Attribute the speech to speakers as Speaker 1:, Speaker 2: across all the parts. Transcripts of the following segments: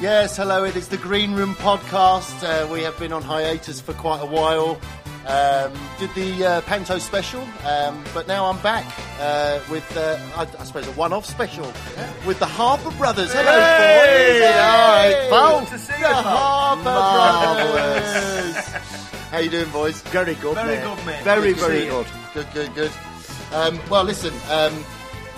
Speaker 1: Yes, hello. It is the Green Room podcast. Uh, we have been on hiatus for quite a while. Um, did the uh, Panto special, um, but now I'm back uh, with, uh, I, I suppose, a one-off special with the Harper Brothers. Hello, boys.
Speaker 2: Hey!
Speaker 1: All right,
Speaker 2: Good to see you,
Speaker 1: the
Speaker 2: pal.
Speaker 1: Harper Brothers. How you doing, boys?
Speaker 3: Very good,
Speaker 2: Very
Speaker 3: mate.
Speaker 2: good, mate.
Speaker 1: Very,
Speaker 3: Good to
Speaker 1: very
Speaker 3: see you.
Speaker 1: good. Good, good, good. Um, well, listen, um,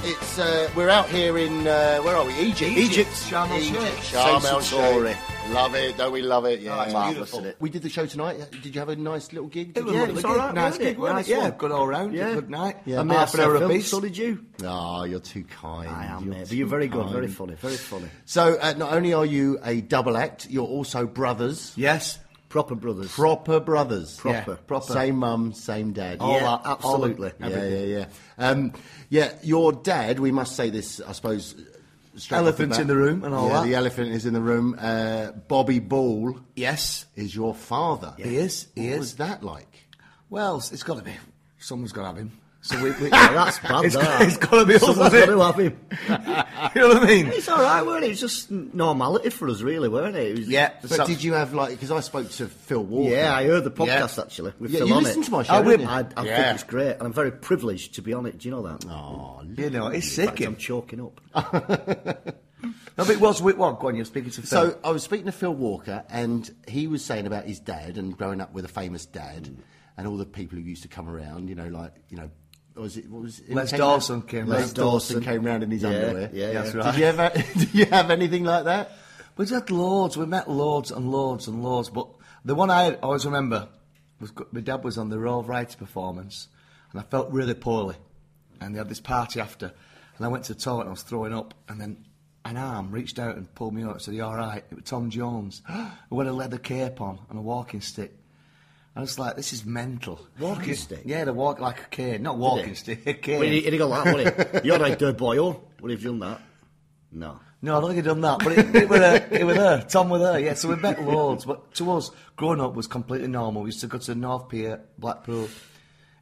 Speaker 1: it's uh, we're out here in uh, where are we? Egypt.
Speaker 3: Egypt.
Speaker 2: Sharm el Sheikh.
Speaker 1: Sharm el
Speaker 3: Sensatori.
Speaker 1: Sheikh. Love it. Don't we love it? Yeah,
Speaker 2: Oh, it's
Speaker 1: marvellous,
Speaker 2: beautiful.
Speaker 1: isn't it? We did the show tonight. Uh, Did you have a nice little gig? Did
Speaker 2: It was,
Speaker 1: you?
Speaker 3: Yeah,
Speaker 2: it was
Speaker 3: we
Speaker 2: all
Speaker 3: did.
Speaker 2: right,
Speaker 3: Nice
Speaker 2: wasn't it?
Speaker 3: gig, wasn't
Speaker 2: Nice
Speaker 3: it? Yeah.
Speaker 2: one. Good all round.
Speaker 3: Yeah.
Speaker 2: Good night.
Speaker 3: Yeah,
Speaker 2: And
Speaker 3: mate,
Speaker 2: half an hour
Speaker 3: I
Speaker 2: a
Speaker 3: filmed,
Speaker 2: piece.
Speaker 3: So did you?
Speaker 1: Ah, you're too kind.
Speaker 3: I am,
Speaker 1: You're
Speaker 3: mate. But
Speaker 1: too
Speaker 3: you're very good, very
Speaker 1: kind.
Speaker 3: funny, very funny.
Speaker 1: So, uh, not only are you a double act, you're also brothers.
Speaker 2: Yes.
Speaker 3: Proper brothers.
Speaker 1: Proper brothers.
Speaker 3: Proper.
Speaker 1: Yeah.
Speaker 3: Proper.
Speaker 1: Same mum, same dad.
Speaker 3: All that, absolutely.
Speaker 1: Yeah, yeah, yeah. Um, yeah, your dad, we must say this, I suppose. uh, straight off
Speaker 2: Elephant
Speaker 1: bat.
Speaker 2: in the room and all
Speaker 1: yeah,
Speaker 2: that.
Speaker 1: the elephant is in the room. Uh, Bobby Ball
Speaker 2: Yes.
Speaker 1: is your father.
Speaker 2: He is, he
Speaker 1: what
Speaker 2: is.
Speaker 1: was that like?
Speaker 2: Well, it's got to be. Someone's got to have him. So we, we,
Speaker 3: Yeah, that's bad,
Speaker 2: It's
Speaker 3: that.
Speaker 2: got- it's gotta be us,
Speaker 3: Someone's
Speaker 2: hasn't it?
Speaker 3: gotta have him.
Speaker 2: you know what I mean?
Speaker 3: It's all right, weren't it? It was just normality for us, really, weren't it? it was,
Speaker 2: Yeah.
Speaker 1: But
Speaker 2: so-
Speaker 1: did you have like? Because I spoke to Phil Walker.
Speaker 3: Yeah, I heard the
Speaker 2: Yeah.
Speaker 3: podcast, actually. With
Speaker 1: Yeah,
Speaker 3: Phil
Speaker 1: you
Speaker 3: on
Speaker 1: listened
Speaker 3: it.
Speaker 1: to my show,
Speaker 3: I,
Speaker 1: didn't you?
Speaker 3: I, I
Speaker 2: Yeah.
Speaker 3: think it's great, and I'm very privileged to be on it. Do you know that?
Speaker 1: Oh,
Speaker 2: you know, it's
Speaker 3: In
Speaker 2: sick.
Speaker 3: fact,
Speaker 2: him.
Speaker 3: I'm choking up.
Speaker 2: No, but it was. It was. Go on, you're speaking to Phil.
Speaker 1: So I was speaking to Phil Walker, and he was saying about his dad and growing up with a famous dad,
Speaker 2: Mm.
Speaker 1: and all the people who used to come around. You know, like you know, what was it what was it,
Speaker 2: Les
Speaker 1: who
Speaker 2: Dawson
Speaker 1: round?
Speaker 2: came
Speaker 1: Les
Speaker 2: round.
Speaker 1: Dawson came round in his
Speaker 3: Yeah,
Speaker 1: underwear.
Speaker 3: yeah,
Speaker 2: That's
Speaker 3: yeah.
Speaker 2: right.
Speaker 1: Did you ever? did you have anything like that?
Speaker 2: We had loads. We met loads and loads and loads. But the one I always remember was g- my dad was on the Royal Rides performance, and I felt really poorly. And they had this party after, and I went to the toilet and I was throwing up, and then an arm reached out and pulled me up. and said, "You all right?" It was Tom Jones. who had a leather cape on and a walking stick. I was like, "This is mental."
Speaker 3: Walking stick?
Speaker 2: Yeah, they walk like a cane, not walking stick, a cane.
Speaker 3: Well, he'd, he'd have gone like that, wouldn't he? You're right, dead boy, oh. Would he have done that? No.
Speaker 2: No, I don't think he'd done that, but it, it, were her, it were her, Tom were her, yeah, so we met loads. But to us, growing up was completely normal. We used to go to North Pier, Blackpool,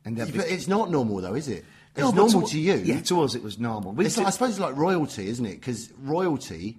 Speaker 2: and then...
Speaker 1: But it's not normal though, is it? It's
Speaker 2: No, but
Speaker 1: normal to, you.
Speaker 2: Yeah, to us it was normal. We
Speaker 1: It's
Speaker 2: did-
Speaker 1: like, I suppose it's like royalty, isn't it? Because royalty,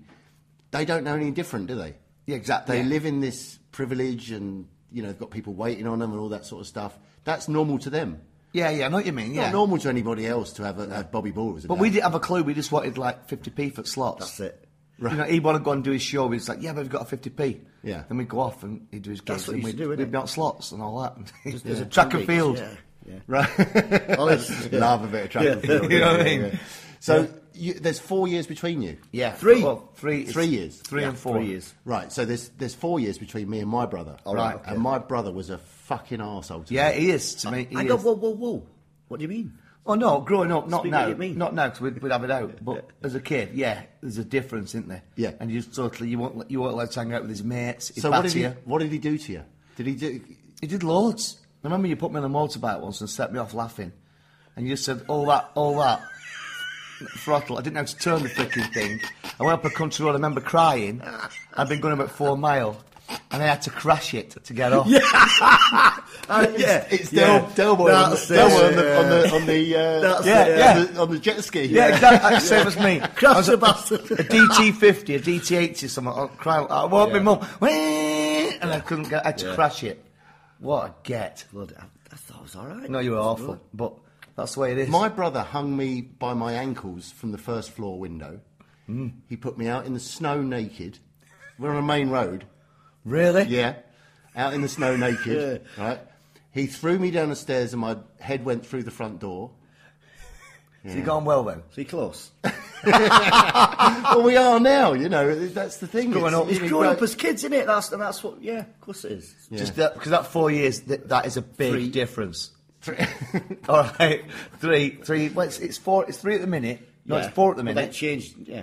Speaker 1: they don't know any different, do they?
Speaker 2: Yeah, exactly.
Speaker 1: They
Speaker 2: Yeah.
Speaker 1: live in this privilege, and you know, they've got people waiting on them and all that sort of stuff. That's normal to them.
Speaker 2: yeah, yeah, I know what you mean,
Speaker 1: Not
Speaker 2: yeah.
Speaker 1: normal to anybody else to have a, have Bobby Ball as a
Speaker 2: But
Speaker 1: dad.
Speaker 2: we didn't have a clue, we just wanted like 50p for slots.
Speaker 3: That's it.
Speaker 2: You know, he'd want to go and do his show, he's like, yeah, but we've got a 50p.
Speaker 1: Yeah.
Speaker 2: Then we'd go off and he'd do his gigs
Speaker 3: That's what
Speaker 2: and
Speaker 3: you
Speaker 2: we'd,
Speaker 3: used to do, innit?
Speaker 2: we'd be on slots and all that.
Speaker 3: There's a
Speaker 2: Track
Speaker 3: two
Speaker 2: and
Speaker 3: weeks,
Speaker 2: field.
Speaker 3: Yeah. yeah.
Speaker 1: right.
Speaker 3: Honest.
Speaker 1: Love a bit of track and
Speaker 3: Yeah.
Speaker 1: field,
Speaker 2: You know what I
Speaker 1: yeah,
Speaker 2: mean?
Speaker 1: yeah. So you, there's four years between you.
Speaker 2: Yeah.
Speaker 3: Three.
Speaker 2: Well, three.
Speaker 1: Three years.
Speaker 2: Three
Speaker 3: Yeah,
Speaker 2: and four.
Speaker 3: Three years.
Speaker 1: Right, so there's there's four years between me and my brother.
Speaker 3: All right, okay.
Speaker 1: and my brother was a fucking arsehole to
Speaker 2: Yeah,
Speaker 1: me.
Speaker 2: he is to me. He
Speaker 3: I
Speaker 2: is.
Speaker 3: don't, whoa, whoa, whoa. What do you mean?
Speaker 2: Oh no, growing up, not
Speaker 3: Speak what
Speaker 2: now,
Speaker 3: you mean.
Speaker 2: not now, because we'd, we'd have it out. But as a kid, yeah, there's a difference, isn't there?
Speaker 1: Yeah.
Speaker 2: and you just totally you won't you won't let hang out with his mates. He'd
Speaker 1: So
Speaker 2: bat
Speaker 1: what did he
Speaker 2: you.
Speaker 1: what did he do to you? Did he do?
Speaker 2: He did loads. I remember you put me on a motorbike once and set me off laughing, and you just said all that, all that throttle. I didn't know how to turn the freaking thing. I went up a country road. I remember crying. I'd been going about four mile, and I had to crash it to get off.
Speaker 3: yeah,
Speaker 1: Uh, It's Del, Delboy on the,
Speaker 3: That's it.
Speaker 1: Delboy on the on the on the, uh,
Speaker 3: That's
Speaker 2: it,
Speaker 1: on
Speaker 2: yeah.
Speaker 1: the- on the jet ski.
Speaker 2: Yeah, exactly. Same as me. I was
Speaker 3: Crash
Speaker 2: a-
Speaker 3: the bastard.
Speaker 2: a DT50, a DT80, something. I'll cry. I woke my
Speaker 3: Yeah.
Speaker 2: mum, "Wee!" and I couldn't get. I had to
Speaker 3: Yeah.
Speaker 2: crash it. What a get!
Speaker 3: Blood, I, I thought it was all right.
Speaker 2: No, you were
Speaker 3: It's
Speaker 2: awful,
Speaker 3: good.
Speaker 2: but that's the way it is.
Speaker 1: My brother hung me by my ankles from the first floor window. He put me out in the snow naked. We're on a main road.
Speaker 2: really?
Speaker 1: Yeah, out in the snow naked. Right. He threw me down the stairs, and my head went through the front door.
Speaker 2: So you're going well then.
Speaker 3: So you close.
Speaker 1: well, we are now. You know, that's the thing.
Speaker 2: Growing up-
Speaker 3: It's
Speaker 1: you know,
Speaker 3: growing
Speaker 1: like-
Speaker 3: up as kids, isn't it? That's, and that's what, yeah, of course it is.
Speaker 1: Yeah.
Speaker 2: Just that because that four years, that, that is a big
Speaker 3: Three.
Speaker 2: difference. All right, three, three. Well, it's, it's four. It's three at the minute. No,
Speaker 3: Yeah.
Speaker 2: it's four at the
Speaker 3: Well,
Speaker 2: minute.
Speaker 3: That changed, yeah.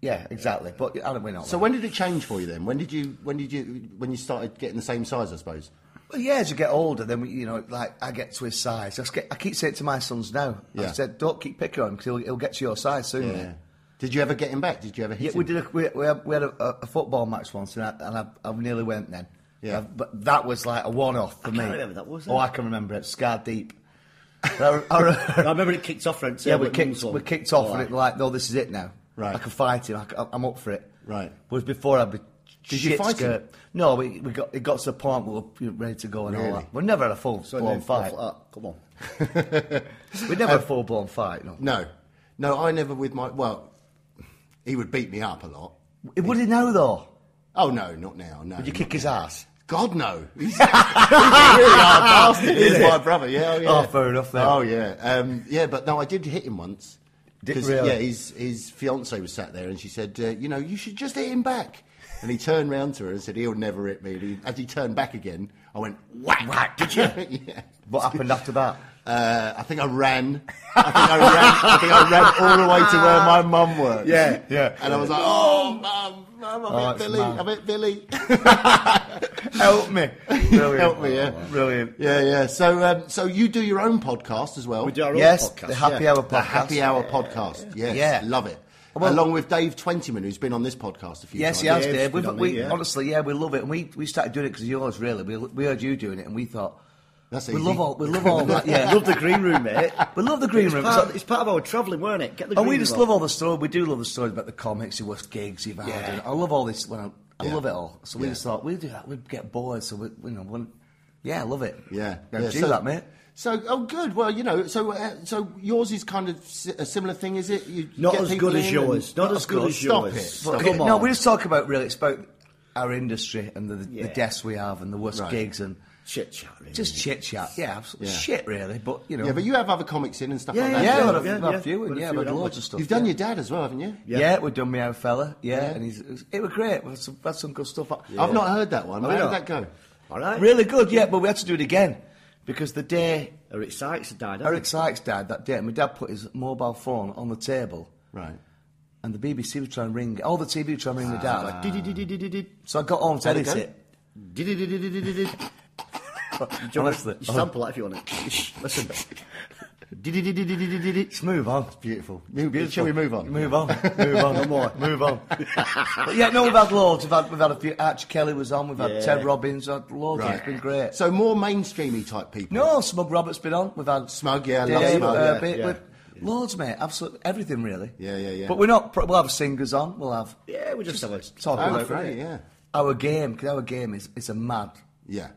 Speaker 2: yeah, exactly. But I don't win
Speaker 1: So when did it change for you then? When did you when did you when you started getting the same size? I suppose.
Speaker 2: Well, yeah, as you get older, then we, you know, like I get to his size. I, just get, I keep saying it to my sons now.
Speaker 1: Yeah.
Speaker 2: I said, "Don't keep picking on him because he'll, he'll get to your size soon."
Speaker 1: Yeah.
Speaker 2: mate."
Speaker 1: Did you ever get him back? Did you ever hit
Speaker 2: Yeah,
Speaker 1: him?
Speaker 2: we did. A, we, we had, we had a, a football match once, and I, and I, I nearly went then.
Speaker 1: Yeah.
Speaker 2: Uh, but that was like a one-off for
Speaker 3: I
Speaker 2: me.
Speaker 3: can't remember that, was
Speaker 2: Oh,
Speaker 3: it?
Speaker 2: I can remember it. Scar deep. I, I-
Speaker 3: I remember it kicked off, Rent.
Speaker 2: yeah, we kicked, we kicked off, and it like, no, this is it now.
Speaker 1: Right.
Speaker 2: I can fight him. I can, I'm up for it.
Speaker 1: Right.
Speaker 2: Whereas before, I'd be.
Speaker 1: Did you
Speaker 2: shit
Speaker 1: fight him?
Speaker 2: scared. No, we, we got it got to the point where we were ready to go and all
Speaker 1: Really?
Speaker 2: that. We never had a full blown fight.
Speaker 3: Come on.
Speaker 2: We never had a full blown fight. No.
Speaker 1: No, no, I never with my. Well, he would beat me up a lot.
Speaker 2: It would he now though?
Speaker 1: Oh no, not now. No,
Speaker 2: Would you kick his ass?
Speaker 1: God no. He's, he's a really hard bastard. He's
Speaker 2: Is
Speaker 1: my
Speaker 2: it?
Speaker 1: brother. Yeah. Oh, yeah.
Speaker 2: Oh, fair enough then.
Speaker 1: Oh yeah. Um, yeah, but no, I did hit him once.
Speaker 2: Did-
Speaker 1: 'Cause,
Speaker 2: really?
Speaker 1: Yeah, his his fiance was sat there, and she said, uh, "You know, you should just hit him back." And he turned round to her and said, "He'll never hit me." And he, as he turned back again, I went whack. Whack. Did you? yeah.
Speaker 2: What happened after that?
Speaker 1: Uh, I think I ran. I think I ran. I think I ran all the way to where my mum worked.
Speaker 2: Yeah, yeah.
Speaker 1: And I was like, "Oh, mum, mum, I
Speaker 2: Oh,
Speaker 1: met
Speaker 2: it's
Speaker 1: Billy.
Speaker 2: mum.
Speaker 1: I met Billy."
Speaker 2: Help me. Brilliant.
Speaker 1: Help me, yeah.
Speaker 2: Brilliant.
Speaker 1: Yeah, yeah. So, um, so you do your own podcast as well.
Speaker 3: We do our
Speaker 2: Yes,
Speaker 3: own podcast.
Speaker 2: the Happy
Speaker 3: yeah.
Speaker 2: Hour
Speaker 1: the
Speaker 2: podcast.
Speaker 1: Happy Hour podcast. Yes,
Speaker 2: Yeah.
Speaker 1: love it.
Speaker 2: Well-
Speaker 1: Along with Dave Twentyman, who's been on this podcast a few
Speaker 2: Yes,
Speaker 1: times.
Speaker 2: yes,
Speaker 3: Yeah,
Speaker 2: Dave.
Speaker 3: we
Speaker 2: We,
Speaker 3: don't
Speaker 2: we,
Speaker 3: need it.
Speaker 2: Honestly, yeah, we love it. And we, we started doing it because of yours, really. We, we heard you doing it and we thought,
Speaker 1: That's
Speaker 2: we
Speaker 1: easy.
Speaker 2: love all, we love all that, yeah.
Speaker 3: Love the green room, mate.
Speaker 2: we love the green
Speaker 3: It's
Speaker 2: room.
Speaker 3: part,
Speaker 2: So-
Speaker 3: it's part of our travelling, weren't it? Get the
Speaker 2: and we
Speaker 3: green
Speaker 2: just
Speaker 3: room
Speaker 2: love
Speaker 3: on.
Speaker 2: all the stories. We do love the stories about the comics, your worst gigs you've had.
Speaker 1: Yeah.
Speaker 2: And I love all this. When I, I
Speaker 1: Yeah.
Speaker 2: love it all. So we
Speaker 1: Yeah.
Speaker 2: just thought, we'll do that. We'd get bored. So, we, you know, we'll, yeah, I love it.
Speaker 1: yeah.
Speaker 2: Now,
Speaker 1: yeah,
Speaker 2: do
Speaker 1: so-
Speaker 2: that, mate.
Speaker 1: So, oh, good. Well, you know, so uh, so yours is kind of si- a similar thing, is it? You
Speaker 3: Not
Speaker 1: get
Speaker 3: as
Speaker 1: people
Speaker 3: good as
Speaker 1: in
Speaker 3: yours.
Speaker 1: and-
Speaker 3: Not as good as
Speaker 1: Stop
Speaker 3: yours.
Speaker 1: it.
Speaker 3: But-
Speaker 1: Stop
Speaker 2: Okay,
Speaker 1: it.
Speaker 3: come
Speaker 2: No,
Speaker 3: on.
Speaker 2: we just talk about really. It's about our industry and the,
Speaker 3: Yeah.
Speaker 2: the deaths we have and the worst
Speaker 1: Right.
Speaker 2: gigs and
Speaker 3: Chit chat, really.
Speaker 2: just chit chat. Yeah, absolutely.
Speaker 1: Yeah.
Speaker 2: shit, really. But you know,
Speaker 1: Yeah, but you have other comics in and stuff
Speaker 3: Yeah,
Speaker 1: like
Speaker 2: yeah,
Speaker 1: that.
Speaker 2: yeah,
Speaker 1: don't
Speaker 2: I've
Speaker 1: you?
Speaker 3: yeah,
Speaker 2: had
Speaker 3: yeah.
Speaker 2: a few, and
Speaker 3: We've
Speaker 2: yeah,
Speaker 3: had a
Speaker 2: I've had
Speaker 3: few,
Speaker 2: loads
Speaker 3: haven't
Speaker 2: of stuff.
Speaker 1: You've done
Speaker 2: yeah.
Speaker 1: your dad as well, haven't you?
Speaker 2: yeah. we've done me out, fella. Yeah,
Speaker 1: Yeah.
Speaker 2: and he's it was- it was great. We had some, had some good stuff.
Speaker 1: I've not heard that one.
Speaker 2: Have
Speaker 1: How
Speaker 2: you
Speaker 1: did that
Speaker 2: not?
Speaker 1: go?
Speaker 3: All right.
Speaker 2: Really good, yeah. But we had to do it again because the day
Speaker 3: Eric Sykes had died. hadn't
Speaker 2: Eric Sykes died, that day, my dad put his mobile phone on the table,
Speaker 1: Right.
Speaker 2: and the BBC was trying to ring. All the TV was trying to ring my dad.
Speaker 3: he?
Speaker 2: Like,
Speaker 3: Did- did- did- did- did- did.
Speaker 2: so I got home to
Speaker 1: How'd it
Speaker 2: edit
Speaker 1: go?
Speaker 2: it.
Speaker 3: Did- did- did- did- did- did- did. You want
Speaker 2: Honestly,
Speaker 3: to sample that if you want it. Listen. Did- did- did- did- did- did- did.
Speaker 2: Let's move on.
Speaker 1: Beautiful. Beautiful. Shall we move on?
Speaker 2: Move on, move on, no more, move on. but yeah, no, we've had loads. We've had, we've had a few. Arch Kelly was on. We've had
Speaker 3: Yeah.
Speaker 2: Ted Robbins. We've had loads.
Speaker 1: Right.
Speaker 2: It's been great.
Speaker 1: So more mainstreamy type people.
Speaker 2: no, Smug Roberts been on. We've had
Speaker 1: Smug, yeah, I love
Speaker 2: Dave,
Speaker 1: Smug,
Speaker 2: uh,
Speaker 1: yeah,
Speaker 2: Bit-
Speaker 3: yeah.
Speaker 2: we've- loads, mate. Absolutely everything, really.
Speaker 1: Yeah, yeah, yeah.
Speaker 2: But we're not. pro- We'll have singers on. We'll have
Speaker 3: Yeah, we just have a
Speaker 2: talk
Speaker 1: Oh,
Speaker 2: about
Speaker 1: great,
Speaker 2: it.
Speaker 1: yeah.
Speaker 2: Our game, because our game is it's a mad,
Speaker 1: Yeah.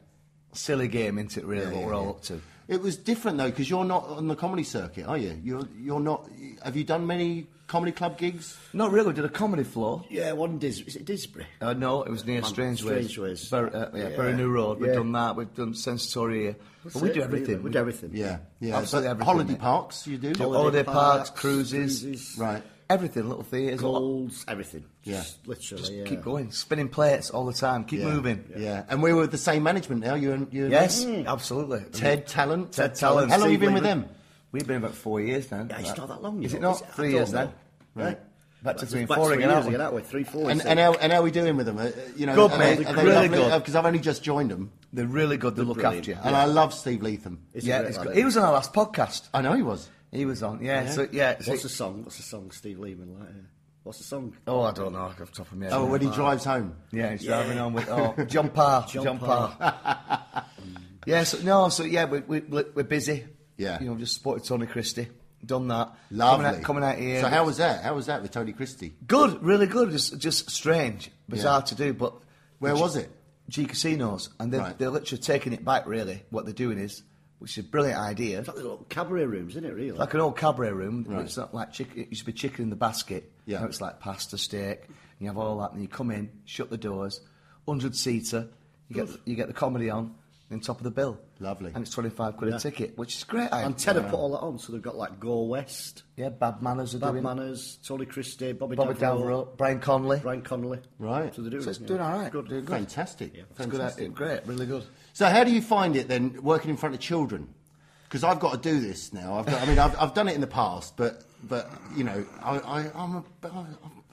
Speaker 2: silly game, isn't it? Really,
Speaker 1: Yeah,
Speaker 2: what
Speaker 1: yeah,
Speaker 2: we're all
Speaker 1: yeah.
Speaker 2: up to.
Speaker 1: It was different though because you're not on the comedy circuit, are you? You're you're not. Have you done many comedy club gigs?
Speaker 2: Not really. We did a comedy floor.
Speaker 3: Yeah, one Dis. Is it Disbury?
Speaker 2: Uh, no, it was near Strange Ways.
Speaker 3: Strange Ways.
Speaker 2: Bury, uh, yeah,
Speaker 3: Yeah.
Speaker 2: Bury New Road. We've
Speaker 3: Yeah.
Speaker 2: done that. We've done Sensoria. But we
Speaker 3: That's
Speaker 2: do
Speaker 3: it, really.
Speaker 2: everything.
Speaker 3: We do everything.
Speaker 1: Yeah, yeah.
Speaker 2: Absolutely
Speaker 1: But
Speaker 2: everything,
Speaker 1: holiday
Speaker 2: mate.
Speaker 1: parks, you do.
Speaker 2: Holiday, parks, cruises,
Speaker 1: Right.
Speaker 2: everything. Little theatres. all-
Speaker 3: Golds, everything. Just literally.
Speaker 2: Just
Speaker 3: yeah.
Speaker 2: keep going. Spinning plates all the time. Keep
Speaker 1: Yeah,
Speaker 2: moving.
Speaker 1: Yeah. and we were with the same management now. You and you. and
Speaker 2: Yes,
Speaker 1: Ted
Speaker 2: absolutely.
Speaker 1: Talent.
Speaker 2: Ted Talent.
Speaker 1: How long have you
Speaker 2: Steve
Speaker 1: been with
Speaker 2: Lehman.
Speaker 1: them?
Speaker 2: We've been about four years now.
Speaker 3: Yeah, it's not that long.
Speaker 2: Is
Speaker 3: you
Speaker 2: it
Speaker 3: know,
Speaker 2: not? Three
Speaker 3: I
Speaker 2: years
Speaker 3: don't
Speaker 2: then.
Speaker 3: know.
Speaker 1: Right.
Speaker 2: Back to three and
Speaker 3: Back
Speaker 2: four
Speaker 3: three
Speaker 2: again,
Speaker 3: years
Speaker 2: aren't we?
Speaker 3: again, aren't we? Three, four.
Speaker 1: And,
Speaker 3: so-
Speaker 1: and how and how are we doing with them? Uh, you know,
Speaker 2: Good,
Speaker 1: are
Speaker 2: mate.
Speaker 1: They, are they
Speaker 2: Really good.
Speaker 1: Because I've only just joined them,
Speaker 2: They're really good. They look
Speaker 3: Brilliant.
Speaker 2: after you.
Speaker 1: and I love Steve Leatham.
Speaker 3: It's a
Speaker 2: yeah,
Speaker 3: great
Speaker 2: it's
Speaker 3: lad,
Speaker 2: good.
Speaker 3: isn't
Speaker 2: He was on our last podcast.
Speaker 1: I know he was.
Speaker 2: He was on. Yeah.
Speaker 1: Yeah.
Speaker 2: So yeah. So,
Speaker 3: What's the song? What's the song? Steve Lehman. Like, uh, what's the song?
Speaker 2: oh, I don't know. Off the top of my head.
Speaker 1: Oh, when he drives home.
Speaker 2: Yeah, he's
Speaker 3: Yeah.
Speaker 2: driving on with oh, John Parr.
Speaker 3: John
Speaker 2: John, Parr. yeah, so, no, so yeah, we, we, we- we're busy.
Speaker 1: Yeah.
Speaker 2: You know, just supported Tony Christie. Done that.
Speaker 1: Lovely.
Speaker 2: Coming out, coming out here.
Speaker 1: So how was that? How was that with Tony Christie?
Speaker 2: Good, really good. Just, just strange, bizarre
Speaker 1: Yeah.
Speaker 2: to do, but.
Speaker 1: Where was it?
Speaker 2: G Casinos. And they're,
Speaker 1: Right.
Speaker 2: they're literally taking it back, really. What they're doing is, which is a brilliant idea.
Speaker 3: It's like the little cabaret rooms, isn't it? Really.
Speaker 2: Like an old cabaret room,
Speaker 1: Right.
Speaker 2: it's not like chicken. It used to be chicken in the basket.
Speaker 1: Yeah.
Speaker 2: Now it's like pasta, steak. And you have all that, and you come in, shut the doors, hundred seater. You get you get the comedy on, then top of the bill.
Speaker 1: Lovely.
Speaker 2: And it's twenty five quid
Speaker 3: Yeah.
Speaker 2: a ticket, which is a great. idea.
Speaker 3: and Ted have put all that on, so they've got like Go West,
Speaker 2: Yeah, Bad Manners are
Speaker 3: Bad
Speaker 2: doing.
Speaker 3: Manners, Tony Christie, Bobby,
Speaker 2: Bobby
Speaker 3: Davro,
Speaker 2: Davro, Brian Conley.
Speaker 3: Brian Connolly.
Speaker 1: Right.
Speaker 3: So they're doing,
Speaker 2: So it's
Speaker 3: it, yeah.
Speaker 2: doing all right.
Speaker 3: Good.
Speaker 2: Doing good.
Speaker 1: Fantastic.
Speaker 2: It's good
Speaker 1: Fantastic.
Speaker 2: at- Great, really good.
Speaker 1: So how do you find it then working in front of children? Because I've got to do this now. I've got, I mean, I've, I've done it in the past, but but you know, I, I I'm a I'm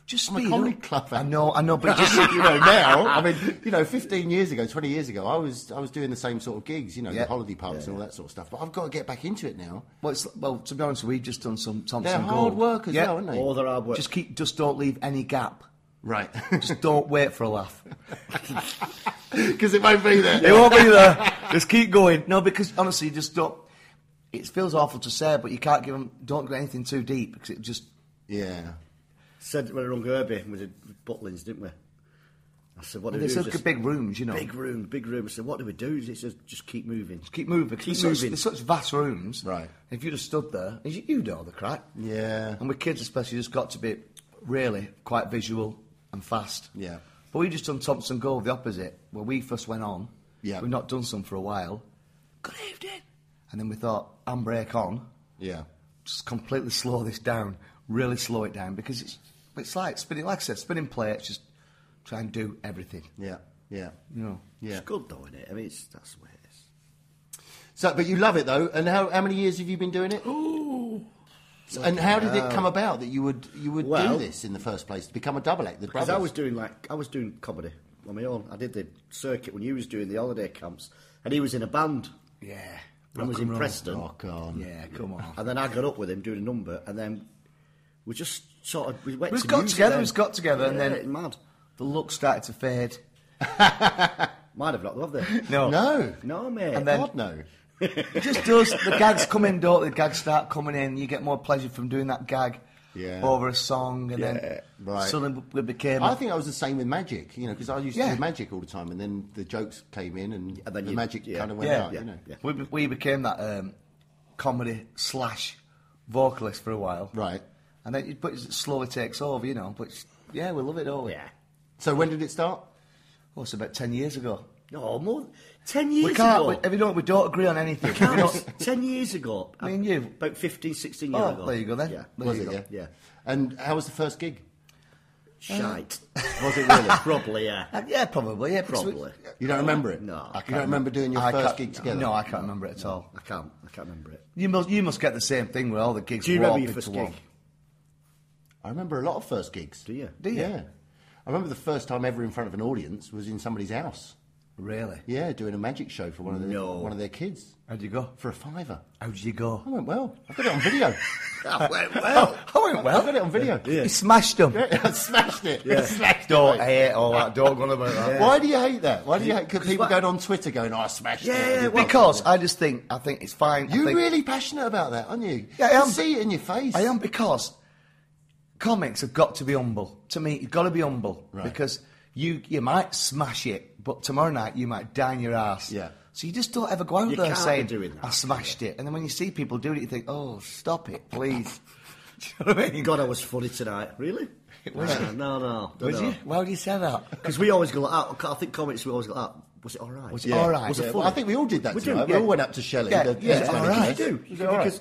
Speaker 2: Just
Speaker 1: I'm a
Speaker 2: speed
Speaker 1: comedy
Speaker 2: up.
Speaker 1: club.
Speaker 2: I
Speaker 1: fan.
Speaker 2: know, I know, but just
Speaker 1: you know now. I mean, you know, 15 years ago, 20 years ago, I was I was doing the same sort of gigs, you know,
Speaker 2: Yeah.
Speaker 1: the holiday parks and all that sort of stuff. But I've got to get back into it now.
Speaker 2: well, it's, well, to be honest, we've just done some Thompson
Speaker 1: They're hard
Speaker 2: Gold.
Speaker 1: work as
Speaker 2: Yeah.
Speaker 1: well, aren't they?
Speaker 3: All their hard work.
Speaker 2: Just keep, just don't leave any gap.
Speaker 1: Right.
Speaker 2: Just don't wait for a laugh.
Speaker 3: Because it won't be there.
Speaker 2: It won't be there. Just keep going. No, because honestly, you just don't. It feels awful to say, but you can't give them. Don't get anything too deep because it just.
Speaker 1: Yeah.
Speaker 3: Said we were on Kirby with the Butlins, didn't we? I said, what do we
Speaker 2: It's
Speaker 3: do?
Speaker 2: such
Speaker 3: Just-
Speaker 2: big rooms, you know.
Speaker 3: big room, big room. I said, what do we do? He says, just keep moving.
Speaker 2: Keep moving.
Speaker 3: Keep
Speaker 2: there's Such,
Speaker 3: moving.
Speaker 2: there's such vast rooms.
Speaker 1: Right.
Speaker 2: If you just stood there, you- you'd know the crack.
Speaker 1: Yeah.
Speaker 2: And with kids, especially, you just got to be really quite visual and fast.
Speaker 1: Yeah.
Speaker 2: But we just done Thompson Gold the opposite, where we first went on.
Speaker 1: Yeah.
Speaker 2: We've not done some for a while. Good evening. And then we thought, handbrake on,
Speaker 1: Yeah.
Speaker 2: just completely slow this down, really slow it down, because it's it's like spinning, like I said, spinning plates, just try and do everything.
Speaker 1: Yeah. Yeah.
Speaker 2: You know.
Speaker 1: Yeah.
Speaker 3: It's good though, isn't it? I mean, it's, that's the way it is.
Speaker 1: So, but you love it though. And how, how many years have you been doing it? So- And how did it come about that you would you would do
Speaker 3: Well-
Speaker 1: this in the first place to become a double act? The
Speaker 3: Because
Speaker 1: brothers.
Speaker 3: I was doing like I was doing comedy on my own. I did the circuit when you was doing the holiday camps, and he was in a band.
Speaker 2: Yeah.
Speaker 3: I
Speaker 2: Rock
Speaker 3: was in
Speaker 2: and roll.
Speaker 3: Preston.
Speaker 1: rock on.
Speaker 2: Yeah, come on.
Speaker 3: And then I got up with him doing a number, and then we just sort of we went.
Speaker 2: We've
Speaker 3: to
Speaker 2: got
Speaker 3: music
Speaker 2: together,
Speaker 3: then.
Speaker 2: we've got together, and
Speaker 3: Yeah,
Speaker 2: then-
Speaker 3: mad.
Speaker 2: the look started to fade.
Speaker 3: Might have not loved it.
Speaker 2: No.
Speaker 1: No.
Speaker 3: no, mate.
Speaker 2: And then-
Speaker 1: God no.
Speaker 2: It just does. The gags come in, don't they? The gags start coming in. You get more pleasure from doing that gag
Speaker 1: Yeah.
Speaker 2: over a song, and then
Speaker 1: Yeah, right.
Speaker 2: suddenly we became.
Speaker 1: I think I was the same with magic, you know, because I used to
Speaker 2: Yeah.
Speaker 1: do magic all the time, and then the jokes came in, and,
Speaker 3: And then
Speaker 1: the
Speaker 3: you-
Speaker 1: magic
Speaker 3: yeah.
Speaker 1: kind of went
Speaker 2: Yeah.
Speaker 1: out,
Speaker 2: Yeah.
Speaker 1: you know.
Speaker 3: Yeah.
Speaker 2: we, be- we became that um, comedy slash vocalist for a while,
Speaker 1: Right.
Speaker 2: And then, it- but it slowly takes over, you know. But it's- yeah, we love it, don't we?
Speaker 3: Oh, yeah.
Speaker 1: So when did it start?
Speaker 2: Oh, it's about ten years ago.
Speaker 3: No, more than- ten years
Speaker 2: we can't.
Speaker 3: ago.
Speaker 2: We, if you know, we don't agree on anything. We
Speaker 3: No,
Speaker 2: don't-
Speaker 3: ten years ago.
Speaker 2: Me and you.
Speaker 3: About 15, 16 years
Speaker 2: Oh,
Speaker 3: ago.
Speaker 2: there you go then.
Speaker 3: Yeah.
Speaker 2: There
Speaker 1: was
Speaker 2: you
Speaker 1: it?
Speaker 2: go.
Speaker 1: Yeah.
Speaker 3: Yeah.
Speaker 1: And how was the first gig?
Speaker 3: Shite.
Speaker 1: Was it really?
Speaker 3: Probably, yeah.
Speaker 2: Uh, yeah, probably. Yeah, because we-
Speaker 3: Probably.
Speaker 1: you don't remember it?
Speaker 3: No, I
Speaker 1: You
Speaker 3: can't
Speaker 1: don't remember doing your
Speaker 2: I
Speaker 1: first
Speaker 2: can't-
Speaker 1: gig together?
Speaker 2: No, I can't remember it at all.
Speaker 3: I can't. I can't remember it.
Speaker 2: You must, you must get the same thing with all the gigs.
Speaker 3: Do you
Speaker 2: warp
Speaker 3: remember your
Speaker 2: into
Speaker 3: first
Speaker 2: one.
Speaker 3: gig?
Speaker 1: I remember a lot of first gigs.
Speaker 3: Do you?
Speaker 2: Do you?
Speaker 1: Yeah. I remember the first time ever in front of an audience was in somebody's house.
Speaker 2: Really?
Speaker 1: Yeah, doing a magic show for one of their,
Speaker 3: No.
Speaker 1: one of their kids
Speaker 2: How'd you go?
Speaker 1: for a fiver.
Speaker 2: How'd you
Speaker 1: I
Speaker 2: go?
Speaker 1: went well. I got it on video.
Speaker 3: I went well.
Speaker 2: I went
Speaker 1: I got it on video.
Speaker 3: Yeah.
Speaker 2: You smashed them.
Speaker 1: I smashed it. I smashed it.
Speaker 2: Don't
Speaker 1: mate.
Speaker 2: hate all that. Don't go on about that.
Speaker 1: Why do you hate that? Why do you hate? Because people
Speaker 3: what-
Speaker 1: going on Twitter going, "Oh, I smashed
Speaker 3: Yeah,
Speaker 1: it."
Speaker 3: yeah,
Speaker 1: It
Speaker 3: well-
Speaker 1: wasn't.
Speaker 2: Because I just think I think it's fine. I
Speaker 1: you're
Speaker 2: think-
Speaker 1: really passionate about that, aren't you?
Speaker 2: Yeah, I
Speaker 1: You
Speaker 2: am.
Speaker 1: see it in your face.
Speaker 2: I am because comics have got to be humble. To me, you've got to be humble
Speaker 1: Right.
Speaker 2: because you you might smash it, but tomorrow night you might down your ass.
Speaker 1: Yeah.
Speaker 2: So you just don't ever go out
Speaker 3: You
Speaker 2: there
Speaker 3: can't be
Speaker 2: saying
Speaker 3: doing that.
Speaker 2: I smashed it, and then when you see people doing it, you think, oh, stop it, please. Do you know what I mean?
Speaker 3: God, I was funny tonight. Really?
Speaker 2: Was
Speaker 3: Yeah,
Speaker 2: you?
Speaker 3: No, no.
Speaker 2: Would you? Why would you say that?
Speaker 3: Because we always go like, oh, I think comics, we always go like, was it all right?
Speaker 2: Was it Yeah. all right?
Speaker 3: Was
Speaker 1: Yeah,
Speaker 3: it
Speaker 1: well,
Speaker 3: funny?
Speaker 1: I think we all did that
Speaker 3: We do,
Speaker 1: tonight.
Speaker 2: yeah.
Speaker 1: We all went up to Shelley.
Speaker 2: Yeah,
Speaker 1: the-
Speaker 2: yeah,
Speaker 1: the
Speaker 2: it's
Speaker 1: manager.
Speaker 2: all right.
Speaker 1: Yes.
Speaker 3: We do.
Speaker 1: Is it all right?
Speaker 3: Because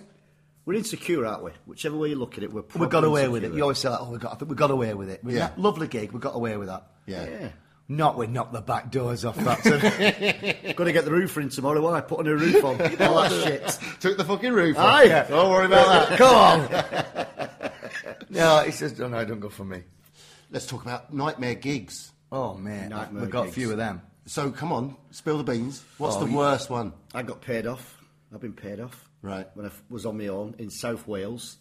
Speaker 3: we're insecure, aren't we? Whichever way you look at it, we're
Speaker 2: We
Speaker 3: probably
Speaker 2: got away with it.
Speaker 3: insecure.
Speaker 2: You always say, like, "Oh, we got, I think we got away with it." With
Speaker 1: Yeah.
Speaker 2: that lovely gig, we got away with that.
Speaker 1: Yeah.
Speaker 2: Not we knocked the back doors off that. today.
Speaker 3: yeah. Got to get the roof in tomorrow. Why? Putting a roof on. all that shit.
Speaker 1: Took the fucking roof
Speaker 3: Aye. Oh.
Speaker 1: off. Don't worry about that.
Speaker 2: Come on. no, it's just oh, no, don't go for me.
Speaker 1: Let's talk about nightmare gigs.
Speaker 2: Oh man,
Speaker 3: Nightmare
Speaker 2: we got a
Speaker 3: gigs.
Speaker 2: few of them.
Speaker 1: So come on, spill the beans. What's
Speaker 2: Oh,
Speaker 1: the
Speaker 2: you-
Speaker 1: worst one?
Speaker 3: I got paid off. I've been paid off.
Speaker 1: Right.
Speaker 3: When I f- was on my own in South Wales.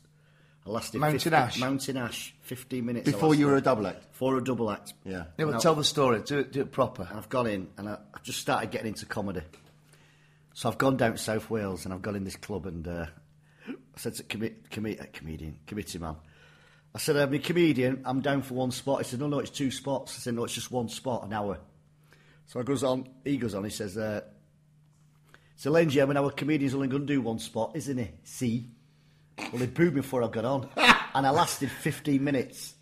Speaker 3: I lasted
Speaker 2: Mountain
Speaker 3: 50
Speaker 2: Ash.
Speaker 3: Mountain Ash, 15 minutes. I
Speaker 1: Before you were a
Speaker 3: lasted.
Speaker 1: double act.
Speaker 3: For a double act.
Speaker 1: Yeah.
Speaker 2: Yeah, but
Speaker 3: No. Uh,
Speaker 2: tell the story. Do it, do it proper.
Speaker 3: and I've gone in and I, I've just started getting into comedy. So I've gone down to South Wales and I've gone in this club and uh, I said to comi- comi- uh, comedian, committee man, I said, I'm a comedian, I'm down for one spot. He said, no, no, it's two spots. I said, no, it's just one spot, an hour. So I goes on, he goes on, he says, uh, so Lane German, our comedian's only going to do one spot, isn't he? See? Well, they booed me before I got on and I lasted 15 minutes.